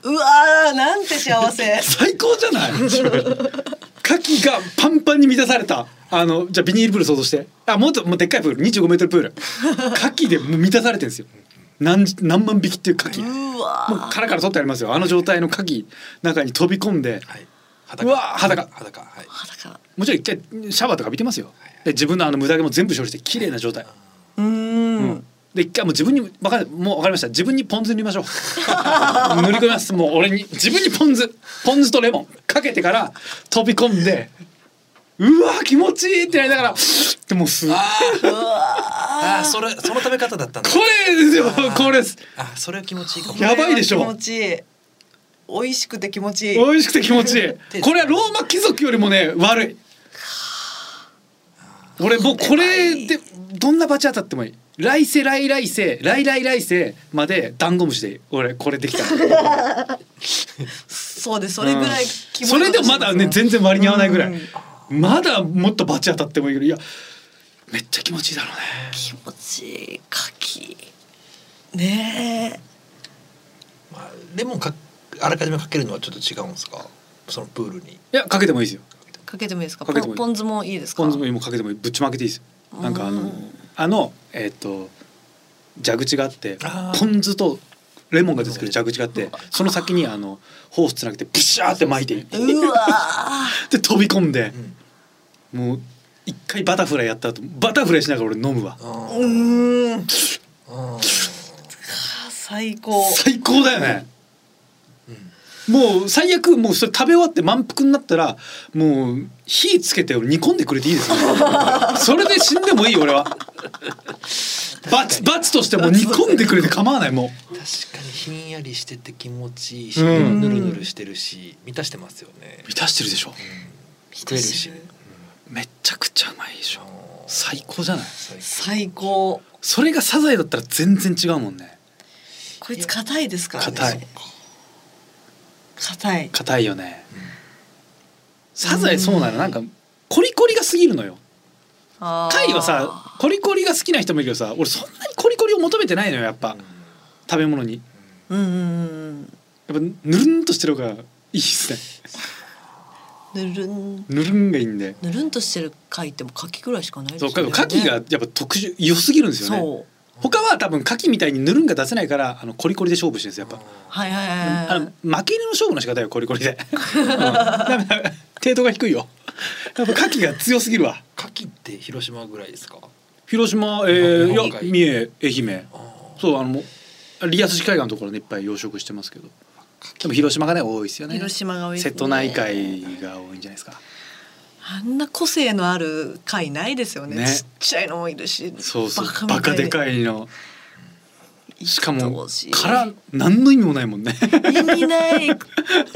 C: うわーなんて幸
B: [laughs]
C: せ
B: 最高じゃない牡蠣がパンパンに満たされたあのじゃあビニールプール想像してあもっともうでっかいプール2 5メートルプール牡蠣でもう満たされてるんですよ何じ何万匹っていう牡蠣も
C: うわ
B: う殻から取ってありますよあの状態の牡蠣中に飛び込んで
D: はい。
B: うわ裸
D: 裸はい。
C: 裸
B: もちろん一回シャワーとか浴びてますよで自分のあの無駄毛も全部処理して綺麗な状態
C: うーん
B: で一回もう自分にわかんもうわかりました自分にポン酢塗りましょう [laughs] 塗り込みますもう俺に自分にポン酢ポン酢とレモンかけてから飛び込んでうわ気持ちいいってなりながらでもうすこ
D: あ
C: う
D: ー
C: わ
D: あーそれその食べ方だったんだ。
B: れですよこれです
D: あそれは気持ちいいかも
C: ー。
B: やばいでしょ
C: これは気持ちいい美味しくて気持ちいい
B: 美味しくて気持ちいいこれはローマ貴族よりもね悪い俺もうこれでどんなバチ当たってもいい来世来来世来来来世までダンゴムシでいい俺これできた
C: そうですそれぐらい気持ち
B: それでもまだね全然割に合わないぐらい、まだもっとバチ当たってもいいけどいやめっちゃ気持ちいいだろうね
C: 気持ちいい柿ねえ
D: まあレモンかあらかじめかけるのはちょっと違うんですか。そのプールに。
B: いやかけてもいいですよ
C: かけてもいいですか
B: かけてもいい
C: ポンポン酢もいいですか
B: ポン酢もいいもかけてもいいぶっちまけていいですよなんかあの、
C: うん
B: あのえっ、と蛇口があって
D: あー
B: ポン酢とレモンが出てくる蛇口があってその先にあのホースつなげてピシャーって巻いていって
C: うわー
B: で飛び込んで
D: うん。
B: もう一回バタフライやった後バタフライしながら俺飲むわ
D: あ
C: う
D: ー
C: ーん
D: あー。
C: 最高
B: 最高だよね
D: うん
B: もう最悪もうそれ食べ終わって満腹になったらもう火つけて煮込んでくれていいですよそれで死んでもいいよ俺は罰罰としてもう煮込んでくれて構わないも
D: 確かにひんやりしてて気持ちいいし、
B: うん
D: ぬるぬるしてるし満たしてますよね
B: う。満たしてるでしょ
D: 食えるし。
B: めちゃくちゃうまいでし
D: あ
B: ょ
D: ー
B: 最高じゃない
D: 最高
C: 最高
B: それがサザエだったら全然違うもんね
C: こいつ硬いですからね
B: 硬い
C: 硬い
B: 硬いよねサザエそうなのなんかコリコリが過ぎるのよ
C: あー
B: 貝はさコリコリが好きな人もいるけどさ俺そんなにコリコリを求めてないのよやっぱ食べ物に
C: うんうんうん
B: やっぱぬるんとしてる方がいいですね
C: うんぬるん
B: ぬるんがいいんで
C: ぬるんとしてる貝っても柿ぐらいしかないです
B: そう
C: よ
B: か
C: ね
B: 牡蠣がやっぱ特殊良すぎるんですよね
C: そう
B: 他は多分牡蠣みたいにぬるんが出せないからあのコリコリで勝負してるんですよやっぱ
C: はいはいは
B: あ
C: い
B: の
C: は
B: 負け犬の勝負の仕方よコリコリで、うんだから程度が低いよやっぱ牡蠣が強すぎるわ
D: 牡蠣って広島ぐらいですか。
B: 広島、えー、い
D: 日本
B: や
D: 海
B: 三重愛媛
D: あー
B: そうあのもうリアス式海岸のところでいっぱい養殖してますけどでも広島がね多いですよ
C: い
B: ね
C: 広島が多いです
B: 瀬
C: ね
B: 戸内海が多いんじゃないですか
C: あんな個性のある貝ないですよね
B: ね
C: ちっちゃいのもいるし
B: そうそう
C: み
B: バカ
C: たいに
B: でかいのしか
C: 愛お
B: も
C: しい
B: 殻何の意味もないもん
C: [laughs]
B: ね
C: 意味ない
B: あ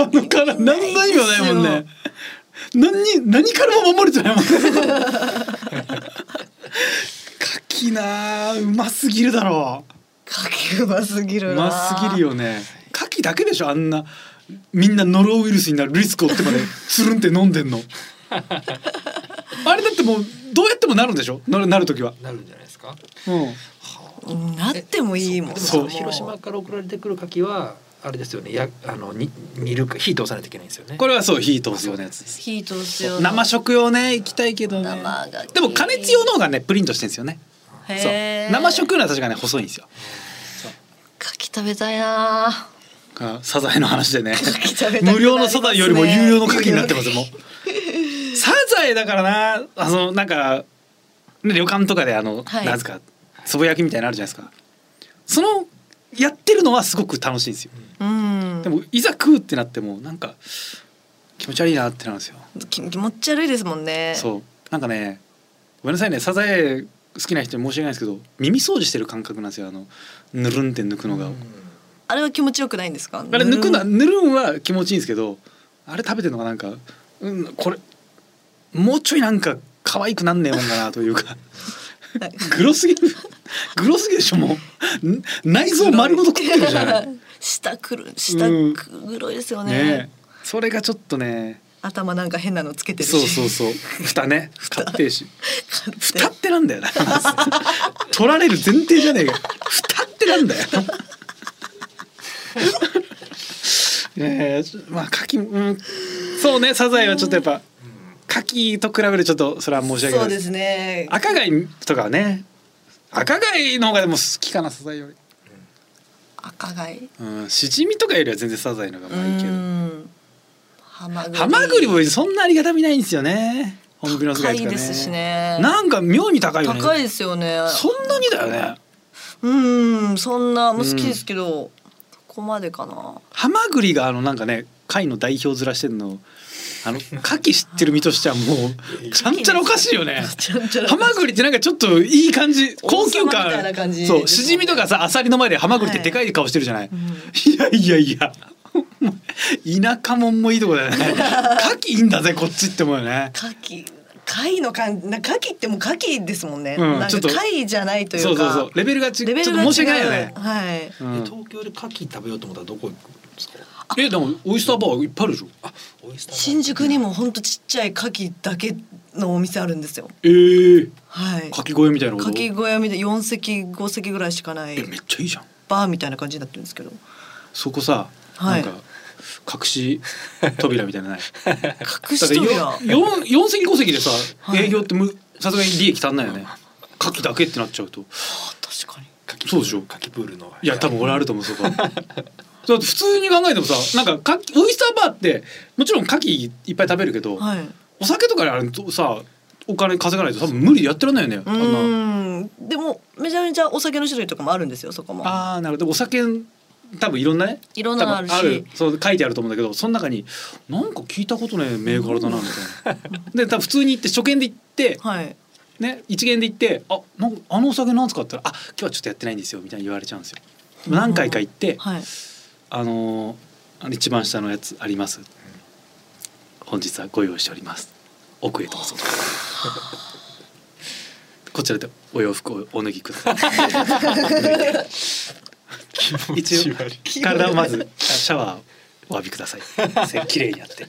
B: の殻何の意味もないもん
C: ない
B: ね何に何からも守れてないもん
C: [laughs]
B: ね牡蠣なあうますぎるだろ
C: 柿うますぎ
B: う
C: る
B: う
C: な
B: ますぎるよね牡蠣だけでしょあんなみんなノロウイルスになるリスクを負ってまでつるんって飲んでんのあれだってもうどうやってもなるんでしょなるなる時は、
D: なるんじゃないですか。
B: うん、
C: うんなってもいいもん
D: そうう広島から送られてくる柿はあれですよね。やあのに煮るか火通さないといけないんですよね。
B: これはそう火通すようなやつです
C: 火通すよ
B: 生食用ね行きたいけどね
C: 生牡蠣
B: でも加熱用の方がねプリントしてんですよねそう
C: へー
B: 生食用のは確かね細いんですよ
C: 柿食べたいな
B: あサザエの話でね
C: 柿食べたくなりますね
B: 無料のサザエよりも有料の牡蠣になってますもんサザエだからなあのなんかね旅館とかであの、
C: はい
B: なんですかつぼ焼きみたいなのあるじゃないですかそのやってるのはすごく楽しいんですよ
C: うん
B: でもいざ食うってなってもなんか気持ち悪いなってなるんですよ
C: き気持ち悪いですもんね
B: そうなんかねごめんなさいねサザエ好きな人に申し訳ないですけど耳掃除してる感覚なんですよあのぬるんって抜くのが、
C: あれは気持ちよくないんですか
B: あれ抜くのは
C: ぬる
B: ぬる
C: ん
B: んは気持ちいいんですけどあれ食べてるのがなんか、
C: [laughs]
B: うん、これもうちょいなんか可愛くなんねえもんだなというか
C: なんか
B: グロすぎるグロすぎるでしょもうん内臓丸ごと食ってるじゃ
C: [laughs]
B: ない
C: 下くる下
B: うん
C: くぐろいですよね,、
B: ねえそれがちょっとね
C: 頭なんか変なのつけてるし
B: そうそうそう蓋ね蓋ってえし蓋
C: 勝
B: ってなんだよな [laughs] 取られる前提じゃねえか蓋ってなんだよ [laughs] えー、まあ牡蠣もうんそうねサザエはちょっとやっぱ牡蠣と比べるとちょっとそれは申し
C: 手
B: 訳な
C: そ
B: いう
C: ですね
B: 赤貝とかはね赤貝の方がでも好きかなサザエより、
C: 赤貝
B: うん、しじみとかよりは全然サザエの方がまあいいけ
C: う
B: ど
C: んハマグリ
B: ハマグリもそんなありがたみないんですよね本ビノス
C: 高
B: 貝と
C: い
B: かね
C: ですしね
B: なんか妙に高いよね
C: 高いですよね
B: そんなにだよね
C: うんそんなもう好きですけど、そこまでかな
B: ハマグリがあのなんかね貝の代表ずらしてんのあの牡蠣知ってる身としては
C: [laughs]
B: もうちゃんちゃらおかしいよね。
C: ちゃん [laughs] ちゃら
B: ハマグリってなんかちょっといい感じ高級
C: 王様みたいな感
B: 感
C: じ
B: そうしじみとかさアサリの前でハマグリってでかい顔してるじゃない、い、やいやいや田舎もんもいいとこだよね
C: [laughs]
B: 牡蠣いいんだぜこっちって思うよね
C: 牡蠣貝の感じな牡蠣ってもう牡蠣ですもんね、
B: うん
C: なん
B: ちょ
C: か
B: っと
C: 貝じゃないというか
B: そうそうそうレベルがち
C: レベル
B: ちょっ
C: が
B: と
C: 違う
B: 申し訳ないよね、
C: はい
B: うん
D: え東京で牡蠣食べようと思ったらどこ行くんですか
B: えでもオイスターバーいっぱいあるでしょ
D: あオイスターバー
C: 新宿にもほんとちっちゃい牡蠣だけのお店あるんですよ
B: えー、
C: はい
B: 牡蠣小屋みたいなこと
C: 牡蠣小屋みたい4席5席ぐらいしかない
B: えめっちゃいいじゃん
C: バーみたいな感じになってるんですけど
B: そこさ、
C: はい
B: なんか隠し扉みたいなのない。
C: [laughs] 隠し扉
B: だからよ四四席五席でさ、
C: はい
B: 営業ってむさすがに利益足んないよね。牡蠣だけってなっちゃうと、
C: 確かに
D: 牡蠣
B: そうでしょ
D: 牡蠣プールの
B: い
D: [laughs]
B: や多分俺あると思うそこ。 [laughs] だって普通に考えてもさ、なんか牡蠣オイスターバーってもちろん牡蠣いっぱい食べるけど、
C: はい
B: お酒とかであれとさお金稼がないと多分無理でやってらんないよね。
C: う
B: あんな
C: ーんでもめちゃめちゃお酒の種類とかもあるんですよそこも
B: あーなるほどお酒多分いろんなね
C: いろんなのあるし
B: 多分そう書いてあると思うんだけどその中になんか聞いたことねえ銘柄だなみたい
C: [laughs]
B: な。で多分普通に行って初見で行って、
C: はい
B: ね、一元で行って「あなんかあのお酒なんですか?」って言ったら「あ今日はちょっとやってないんですよ」みたいに言われちゃうんですよ。でも何回か行って「
C: はい
B: あのーあの一番下のやつあります」本日はご用意しております。奥へどう
C: [laughs]
B: ぞ。こちらでお洋服をお脱ぎください。
C: [laughs]
B: 一応体をまずシャワーをお浴びください。せ綺麗にやって。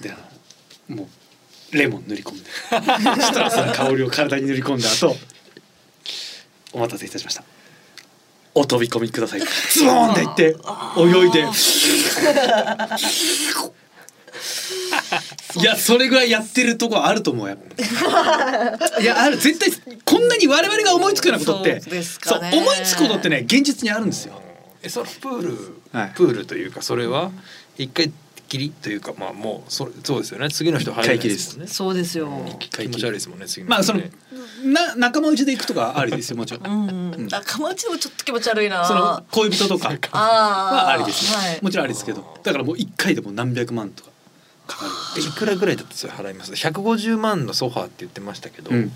B: で、あのもうレモン塗り込んで、
C: [laughs]
B: シトラスの香りを体に塗り込んだ後、お待たせいたしました。お飛び込みく
C: [laughs]
B: ださい。ズボーンって言って泳いで。いやそれぐらいやってるとこあると思うやっ
C: [laughs]
B: ぱいやある絶対こんなに我々が思いつくようなことって
C: そうですかね
B: そう思いつくことってね現実にあるんですよ。
D: えそのプール、
B: はい
D: プールというかそれは一回きりというかまあもうそれそうですよね次の人入れないもんね
C: そうですよ
D: 気持ち悪いですもんね次の人
B: まあその
D: ね
B: な仲間内で行くとかありですよもちろん。
C: うんうん仲間内でもちょっと気持ち悪いな
B: その恋人とか
C: あー
B: はありですよ、
C: はい
B: もちろんありですけどだからもう一回でもう何百万とかかかる
D: えいくらぐらいだったらそれ払います150万のソファーって言ってましたけど、
B: うん、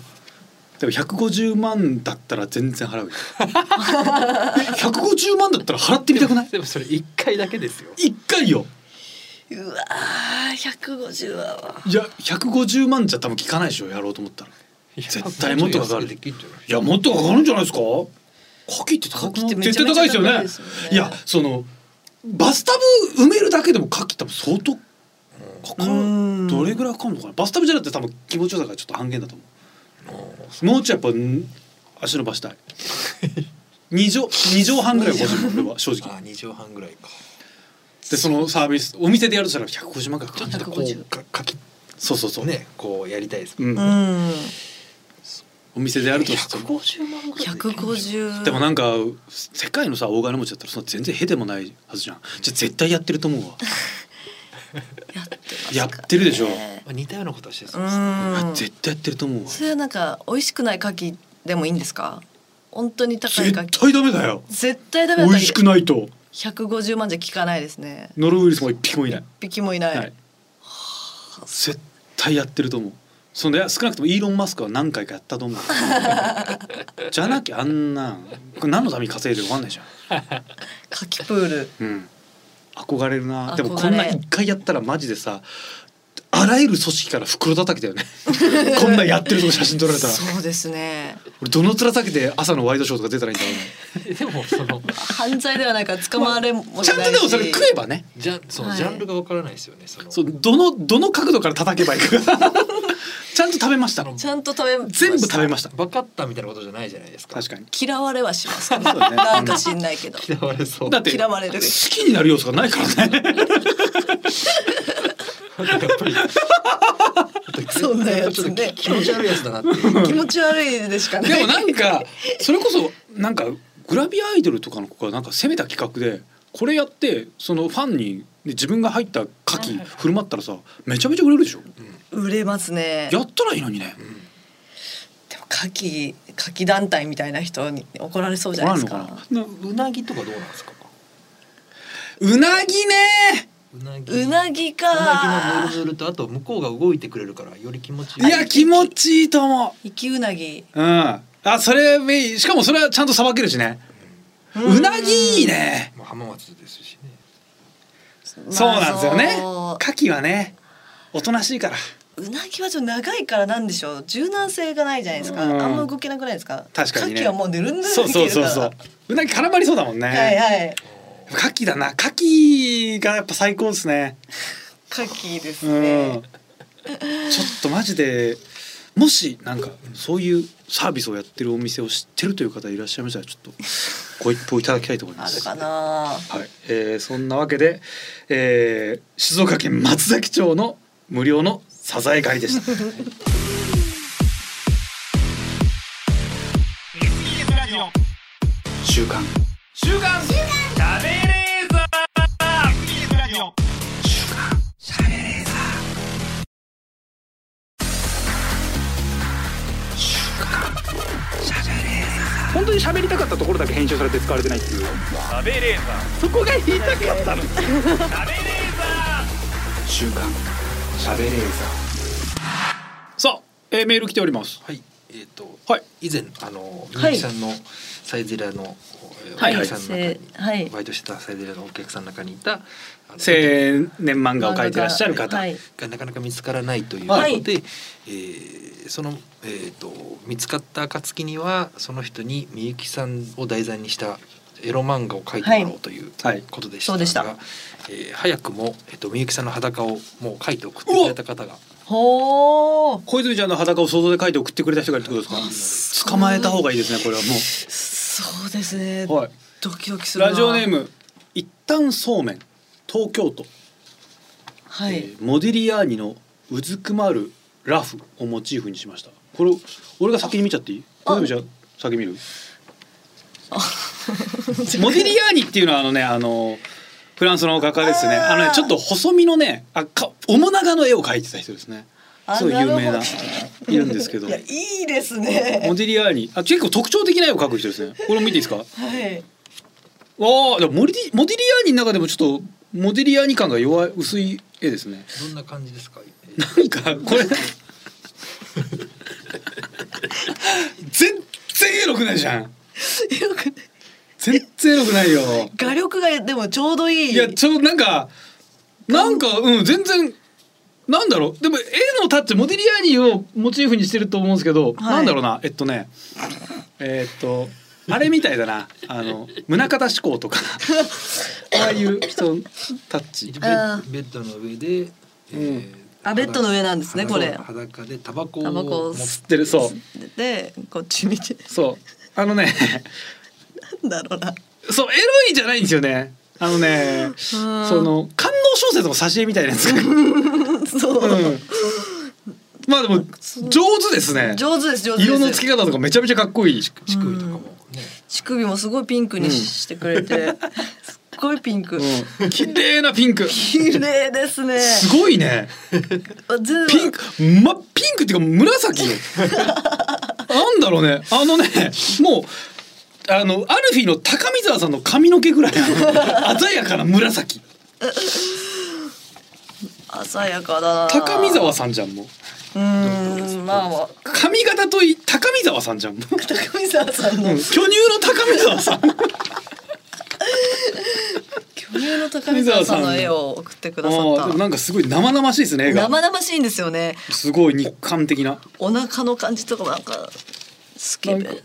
B: でも150万だったら全然
C: [laughs]
B: 払うよえ150万だったら払ってみたくない
D: でもそれ一回だけですよ
B: 一回よ
C: うわー150はい
B: や150万じゃ多分効かないでしょやろうと思ったら絶対もっとかかる
D: できんじゃない
B: いやもっとかかるんじゃないですか牡蠣って高く
C: 牡蠣
B: な
C: って
B: い
C: め
B: 絶
C: ちゃめ
B: 対
C: ちゃ
B: 高いですよ
C: 高
B: ね
C: いですよね
B: いやそのバスタブ埋めるだけでも牡蠣多分相当かか
C: う
B: る
C: ん
B: どれぐらいかかるのかなバスタブじゃなくて多分気持ちよさがちょっと半減だと思
D: あ
B: うもうちょいやっぱん足伸ばしたい二畳二畳半ぐらい欲しいもん俺は正直
D: あ2畳半ぐらいか
B: でそのサービスお店でやるとしたら150万かかる
D: ちょっとこうかかき
B: そうそうそう、
D: ねこうやりたいです、
B: うん
C: うん
B: お店でやるとしたら
D: 150万ぐらいできんじゃない
C: 150
B: でもなんか世界のさ大金持ちだったらその全然へでもないはずじゃんじゃあ絶対やってると思うわ
C: やってますか
B: やってるでしょ
D: まあ似たようなことはして
C: う
D: そうですね
C: ん
B: 絶対やってると思うわ
C: それはなんか美味しくない牡蠣でもいいんですか本当に高い牡
B: 絶
C: 蠣
B: 対ダメだよ
C: 絶対ダ
B: 美
C: メだったら
B: 味しくないと
C: 150万じゃ効かないですね
B: ノロウイルスも一匹もいない、
C: 一匹もいない、
B: はい、絶対やってると思うそんで少なくともイーロン・マスクは何回かやった
C: [laughs]
B: と思うじゃなきゃあんなこれ何のために稼いでるか分かんないじゃん
C: 牡蠣プール
B: うん、憧れるな
C: 憧
B: で
C: れ
B: もこんな一回やったらマジでさあらゆる組織から袋叩きだよ
C: [laughs]
B: ねこんなんやってるとこ写真撮られたら
C: そうですね
B: 俺どの面けて朝のワイドショーとか出たらいいんだろうね
D: [laughs] でもその
C: 犯罪ではないから捕まれもしないし
B: ちゃんとでもそれ食えばね
D: じゃその
C: はい
D: ジャンルがわからないですよね。その
B: そうどのどの角度から叩けばいい [laughs] かちゃんと食べました
C: ちゃんと食べました
B: 全部食べました
D: バカったみたいなことじゃないじゃないですか。
B: 確か
D: に。
B: に
C: 嫌われはします、
B: そうだね
C: なんか知んないけど
D: 嫌われそう。
B: だって
C: 嫌われる
B: 好きになる要素がないから [laughs] ね
D: [laughs] やっぱり。
C: そんなやつね
D: ちょっと気持ち悪いやつだなっていう。
C: 気持ち悪いでしかない
B: でもなん
C: [laughs]
B: かそれこそなんかグラビアアイドルとかの子がなんか攻めた企画でこれやってそのファンに、ね、自分が入った牡蠣振る舞ったらさめちゃめちゃ売れるでしょ
C: 売れますねで
B: や
C: も
B: ったらいいのにね
C: 牡蠣牡蠣団体みたいな人に怒られそうじ
B: 怒
C: ゃ
B: ら
C: ない
B: ん
C: で
B: の
C: す
B: か
C: か
B: な
D: なうなぎとかどうなんですか。
B: うなぎね
D: うなぎ。
C: うなぎか
D: うなぎのぬるぬるとあと向こうが動いてくれるからより気持ちいい。
B: いや気持ちいいと思
C: 生きうなぎ
B: ううんあそれめしかもそれはちゃんとさばけるしねうなぎいいね
D: まあ浜松ですしね。
C: まあ
B: そうなんですよね
C: そ
B: 牡蠣はねおとなしいから
C: ううなぎはちょっと長いからなんでしょう柔軟性がないじゃないですか、
B: うん
C: あんま動けなくないですか
B: 確かにね
C: 牡蠣はもうぬるぬるで
B: そうそうそうそう
C: は
B: うなぎ絡まりそうだもんね
C: いはい
B: 牡蠣だな牡蠣がやっぱ最高ですね
C: 牡蠣です
B: う
C: ね
B: んちょっとマジでもしなんかそういうサービスをやってるお店を知ってるという方いらっしゃいましたらちょっとご一報いただきたいと思いま
C: ある
B: す。
C: かな
B: はい、えーそんなわけで、えー静岡県松崎町の無料のサザエ狩りでした。
C: [laughs]
B: 週刊
A: 本当に喋りたかったところだけ編集されて使われてないっていう喋れーさそこが言いたかったの喋れーさ週刊喋れーさ
B: さあ、えーメール来ております。
D: はい。えっと。
B: はい。
D: 以前あのみ
C: は
D: ゆ
C: い
D: きさんのサイゼリアのえーお
B: はい
D: 客さんの中に、
C: はい
D: バイトしてたサイゼリアのお客さんの中にいたあの
B: 青年漫画を描いてらっしゃる方。
C: はい
D: がなかなか見つからないということで、
C: はい
D: えーその、えー、と見つかった暁にはその人にみゆきさんを題材にしたエロ漫画を描いてもらおうという
B: はい
D: ことでし
C: そうでしたた
D: が、えー早くも、えー、とみゆきさんの裸をもう描いて送ってくれた方が
C: ほー
B: 小泉ちゃんの裸を想像で描いて送ってくれた人がいるってことですか。捕まえた方がいいですね。これはも
C: そうですね、
B: う。はい。
C: ドキドキするな
B: ラジオネーム一旦そうめん東京都、
C: はい、
B: えーモディリアーニのうずくまるラフをモチーフにしましたこれ俺が先に見ちゃっていい
C: あ
B: 小泉ちゃん先見る [laughs]
C: [laughs]
B: モディリアーニっていうのはあのねあのフランスの画家ですね
C: あー
B: あのねちょっと細身のねあか面長の絵を描いてた人ですね
C: あ
B: すごい有名
C: なる
B: な
C: ほ
B: いるんですけど
C: [laughs] い
B: モ
C: やいいですね
B: ディリアーニあ結構特徴的な絵を描く人ですねこれも見ていいですか
C: はい
B: わあ、でもモディモディリアーニの中でもちょっとモディリアーニ感が弱い薄い絵ですね。
D: どんな感じですか、えー
B: なんかこれ全然エロくないじゃん。
C: よく
B: 全然エロくないよ。
C: 画力がでもちょうどいい
B: いやちょなんかなんかうん全然なんだろうでも絵のタッチモディリアーニをモチーフにしてると思うんですけど、
C: はい
B: なんだろうなえっとねえっとあれみたいだなあの宗像志功と
C: [laughs]
B: かああいう人のタッチ
D: 一応。ベ
C: あ
D: ッベッドの上で、えー
B: うん
C: あベッドの上なんですねこ
D: 裸
C: れ
D: 裸でタバコを
C: タバコを
D: 持っ
B: 知ってるそう
C: でこっち見て
B: そう。あのね、
C: なんだろうな
B: そう、エロいじゃないんですよね。あのね、その官能小説の挿絵みたいなやつ。うん。
C: そう、
B: [laughs] まあでも上手ですね。
C: 上手です上手です
B: 色の付け方とかめちゃめちゃかっこいい。
D: 乳首とかもね、
C: 乳首もすごいピンクにししてくれて、すっごいピンク、
B: うん。綺麗なピンク。
C: 綺麗ですね
B: すごいね。
C: あ全部
B: ピンク、まピンクっていうか紫 [laughs] よ。なんだろうね。あのね、もう。あのアルフィーの高見沢さんの髪の毛ぐらい [laughs] あの鮮やかな紫
C: 鮮やかだな
B: 高見沢さんじゃんもう
C: うーんまあまあ
B: 髪型といい高見沢さんじゃんもう
C: 高見沢さんの
B: 巨乳の高見沢さん。
C: 巨家の高見沢さんの絵を送ってくださ
B: あーでも
C: っ
B: なんかすごい生々しいですね
C: た
B: 絵が
C: 生々しいんですよね
B: すごい日韓的な
C: お腹の感じとかもなんかスケ
B: なん
C: ベ
B: か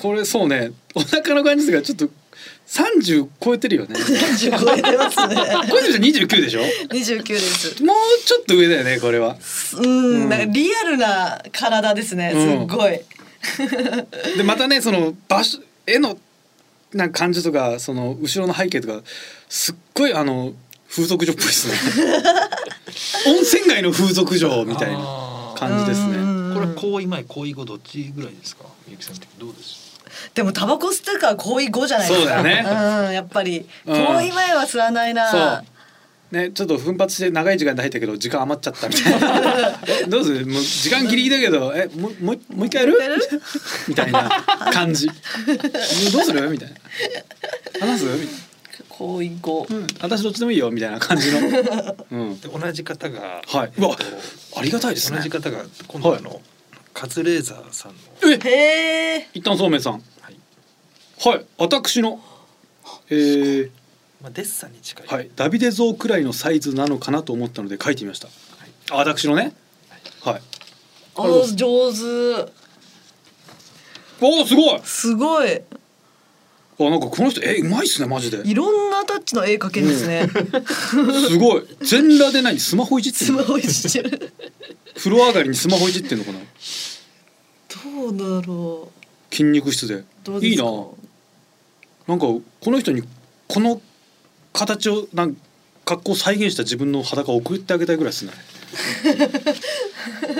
B: これそうねお腹の感じがちょっと30超えてるよね
C: 30超えてますね
B: 小泉さん29でしょ
C: 29です
B: もうちょっと上だよねこれは
C: うん、なんかリアルな体ですねすっごい、
B: でまたねその場所絵のなんか感じとかその後ろの背景とかすっごいあの風俗所っぽいです
C: [laughs]
B: ね温泉街の風俗所みたいな
D: な
B: 感じですね
C: うんうんうん
D: これ行為前行為後どっちぐらいですかみゆきさん的にどうです
C: でもタバコ吸ってるから行為後じゃないですか
B: そうだよ
C: ね、うん、やっぱり
B: う
C: 行
B: ん
C: 為前は吸わないな、
B: そうねちょっと奮発して長い時間で入ったけど時間余っちゃったみたい [laughs] なえどうするもう時間ギリギリだけどえもうもうもう一回やる
C: やる
B: みたいな感 [laughs] じどうするみたいな話すみたいな
C: 行為後
B: うん、私どっちでもいいよみたいな感じの、うん、
D: かで同じ方が
B: はいうわありがたいですね
D: 同じ方が今度あの、カズレーザーさんの
C: へえ
B: 一旦そうめんさん
D: はい
B: はい私のえー、
D: まあデッサンに近い
B: はいダビデ像くらいのサイズなのかなと思ったので書いてみました、あ私のねはい
C: あー上手
B: おーすごい
C: すごい
B: あなんかこの人えうまいっすねマジで
C: いろんなタッチの絵描けるんですね、 [laughs]
B: すごい全裸で何スマホいじって
C: ス
B: ん
C: マ
B: の
C: ホいじってる
B: 風呂上がりにスマホいじってんのかな
C: どうだろう
B: 筋肉質で
C: どうで
B: いい
C: す
B: な
C: か
B: なんかこの人にこの形をなん格好を再現した自分の裸を送ってあげたいぐらいですね。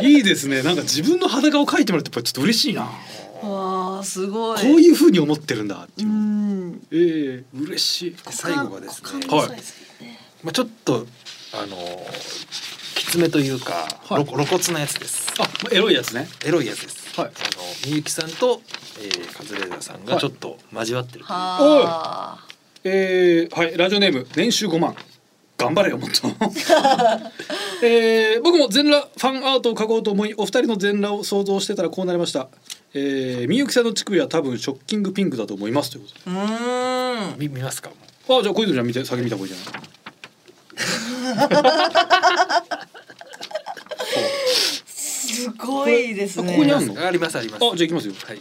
C: [laughs]
B: いいですね。なんか自分の裸を描いてもらってやっぱりちょっと嬉しいな。
C: わあすごい
B: こういう風に思ってるんだっていうう。
C: ん
B: ええ嬉しい。
D: 最後がですね
C: 股間
B: はい
C: 股間もそうですよね
D: まあちょっとあのきつめというか、
B: はい
D: 露露骨なやつです
B: あ、エロいやつね。
D: エロいやつです、
B: はい
D: あのみゆきさんと、えー、カズレーザーさんが
B: はい
D: ちょっと交わってるという、
C: はあ
B: えー、はいラジオネーム年収5万頑張れよもっと、 [laughs] えー、僕も全裸ファンアートを描こうと思いお二人の全裸を想像してたらこうなりましたえーみゆきさんの乳首は多分ショッキングピンクだと思いますというこ
C: うーん
D: み見ますかも
B: とであ
D: う
B: じゃあ小泉ちゃん見て先見た方がいいじゃない
C: すごいですね
B: ここにあんの
D: ありますあります
B: あじゃあいきますよ [laughs]
D: はい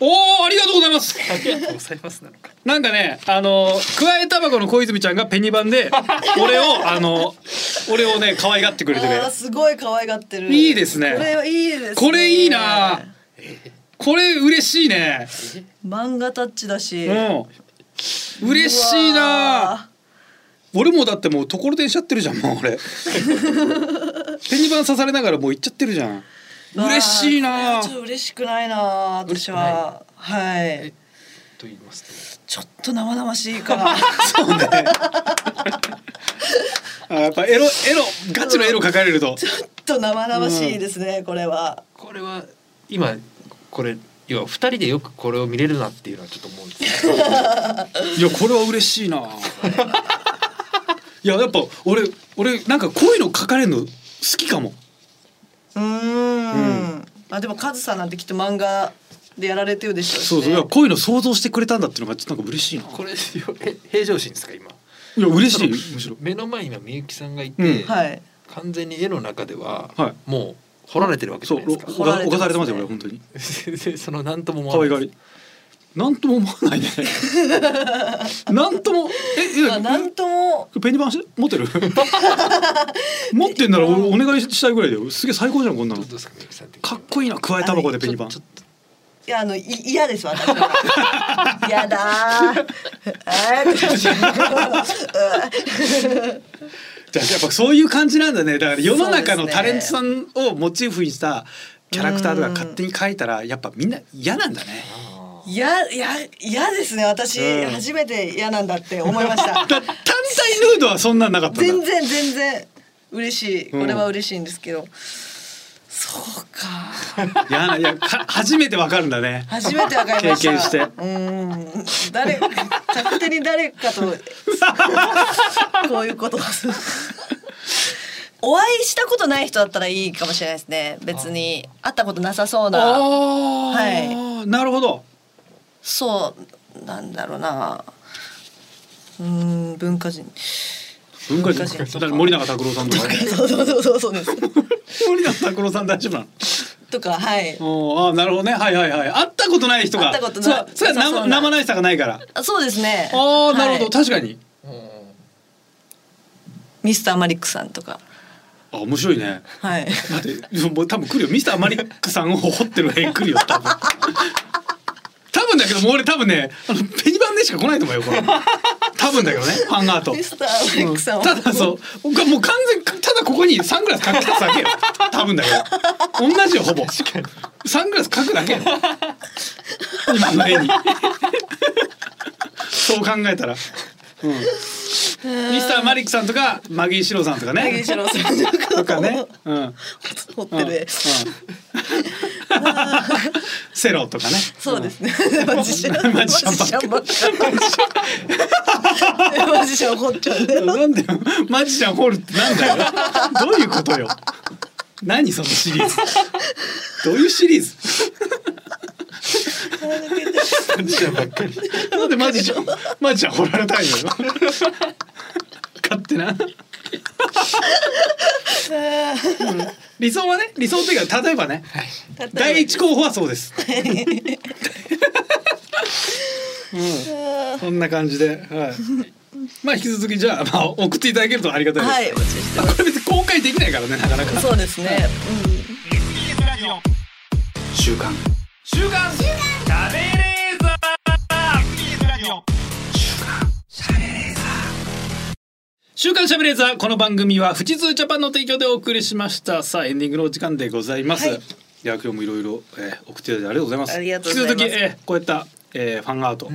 B: おーありがとうございます
D: ありがとうございますなのか
B: なんかねあのーくわえたばこの小泉ちゃんがペニバンで [laughs] 俺をあのー俺をね可愛がってくれ
C: [laughs]
B: てね
C: あーすごい可愛がってる
B: いいですね
C: これはいいですね
B: これいいなあこれ嬉しいね
C: 漫画タッチだし
B: うん。嬉しいう
C: わ
B: な。
C: あ
B: 俺もだってもうところてんしちゃってるじゃんもう俺。ペニバン刺されながらもう行っちゃってるじゃん。
C: わあ
B: 嬉しいな
C: これはちょっと嬉しくないな私ははい
D: と言います
C: ちょっと生々しいから
B: [laughs] そうね。あやっぱエロエロガチのエロ書かれると。
C: ちょっと生々しいですね、これは
D: とこれは今これ要は二人でよくこれを見れるなっていうのはちょっと思うんですけど
B: [laughs] いやこれは嬉しいな。いややっぱ俺俺なんかこういうの書かれるの好きかも。
C: うーんあでもカズさんなんてきっと漫画でやられてるでしょ
B: そうそういやこういうの想像してくれたんだっていうのがちょっとなんか嬉しいな。
D: これえ平常心ですか今
B: いや嬉しいむしろ。
D: 目の前に今みゆきさんがいて、
B: うん
C: はい
D: 完全に絵の中では、
B: はい
D: もう掘られてるわけじ
B: そ
D: ゃ
B: う
D: ないです
C: 掘
D: か。 [laughs]
C: られてますね
B: 犯されてますよ俺本当に。
D: 全然その何とも思わ
B: 可
D: な
B: 愛
D: い
B: がり。なんとも思わないね。なんとも、え、い
C: まあ
B: や、
C: なんとも
B: ペニバンし持ってる。 [laughs] 持ってんなら、俺、お願いしたいぐらいだよ。すげえ最高じゃん、こんな
D: ど
B: の
D: う。ですかみゆきさんって。
B: かっこいいな、加えタバコでペニバン
D: ち。ょちょっ
C: いやあのい嫌です私は
B: [laughs]
C: 嫌だーえ
B: [laughs]
C: ー
B: じゃあ、やっぱ、そういう感じなんだね。だから、世の中のタレントさんをモチーフにした。キャラクターとか勝手に描いたらやっぱみんな嫌なんだね。
D: あ
C: いやいや嫌ですね私、
B: うん
C: 初めて嫌なんだって思いました
B: だ単体ヌードはそんなんなかったんだ。
C: 全然全然嬉しい
B: うん
C: これは嬉しいんですけど、そうか
B: 嫌ないやか初めてわかるんだね。
C: 初めてわかりました
B: 経験して
C: うーん誰勝手に誰かとこういうことをするお会いしたことない人だったらいいかもしれないですね別に会ったことなさそうな
B: ああ、なるほど。
C: そうなんだろうなうーん文化人
B: 文化人
C: 文化人
B: だから森永拓郎さんとか
C: そうそうそうそうそうです
B: 森永拓郎さん大丈夫なの
C: とかはい
B: おーあーなるほどねはいはいはい会ったことない人が
C: 会ったことない
B: そうそれは
C: そうそ
B: 生
C: うな
B: 生々しさがないから
C: あそうですね
B: あーなるほど、
C: はい
B: 確かに
C: ミスターマリックさんとか
B: あ面白いね
C: はい
B: だってもう多分来るよミスターマリックさんを掘ってる絵来るよ多分多分だけどもう俺多分ねあのペニバンでしか来ないと思うよこれ多分だけどねファンアート
C: ミスターマリックさんは
B: ただそう僕はもう完全にただここにサングラスかけただけよ多分だけど同じよほぼサングラスかくだけよ今の絵 [laughs] にそう考えたら、うん、ミスターマリックさんとかマギーシロさんとか
C: 柳
B: ね
C: 次郎さんとか
B: とかね、うん、
C: 掘ってる絵
B: うんうんセロとかね。
C: そうです
B: ね。
C: ね。マジシャン。
B: マジシャンば
C: マジシャンばっかり。マジシャン掘っちゃうね。
B: なんでマジシャンホールってなんだよ。どういうことよ。何そのシリーズ。どういうシリーズ。
D: 感じばっかり。
B: なんでマジシャンマジシャン掘られたいのよ。 [laughs] 勝手な。理想はね理想というか例えばね第一候補はそうです。うん、そんな感じで、はい。まあ引き続きじゃあまあ送っていただけるとありがたいです。
C: はい、お待ちして
B: まあこれ別に公開できないからねなかなか。
C: ます。そうですね。
A: 週刊週刊週刊喋れーザ
B: 週刊シャブレーザーこの番組は富士通ジャパンの提供でお送りしましたさあエンディングのお時間でございます、
C: はい
B: い、や今日もいろいろえー送っていただいてありがとうございます
C: ありがとうございます
B: 引き続き、えーこういった、えーファンアート、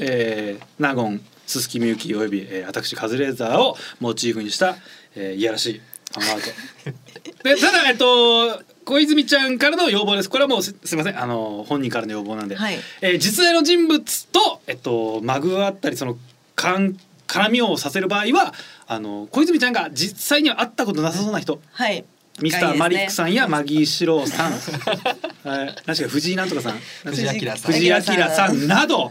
B: えーナゴンススキミユキおよび、えー私カズレーザーをモチーフにした、えーいやらしいファンアートでただえっと小泉ちゃんからの要望ですこれはもうすすいませんあの本人からの要望なんで、
C: はい
B: えー実在の人物と、えっと、マグあったりそのかん絡みをさせる場合はあの小泉ちゃんが実際には会ったことなさそうな人、
C: はい。
B: ミスターマリックさ
C: ん。
B: んやマギー四郎さん、 [laughs] はい、何しか藤井なんとかさん
D: 藤井明さん。
B: 藤井明さんなど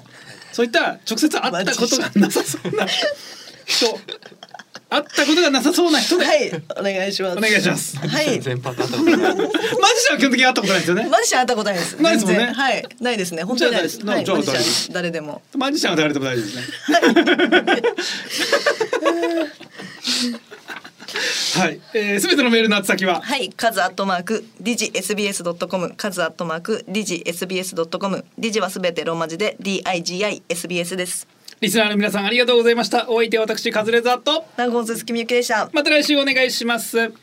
B: そういった直接会ったことがなさそうな人会ったことがなさそうな人で
C: はい、お願いします。
B: お願いします。
C: はい。
D: 全般だと。
B: マジシャンは基本的に会ったことないですよね
C: マジシャン会ったことないです。
B: ないですもんね
C: 全然はい、ないですね。本当にないです。
B: じゃあ
C: はい、
B: じゃあ
C: マジシャン誰でも。
B: マジシャンは誰でも大丈夫ですねはい、えー、すべてのメールの宛先は
C: はい、カズアットマーク、ディジ SBS ドットコム、カズアットマーク、ディジ SBS ドットコム、ディジはすべてローマ字で D I G I S B S です。
B: リスナーの皆さんありがとうございましたお相手は私カズレーザーと
C: ナゴンススキミュケーション。
B: また来週お願いします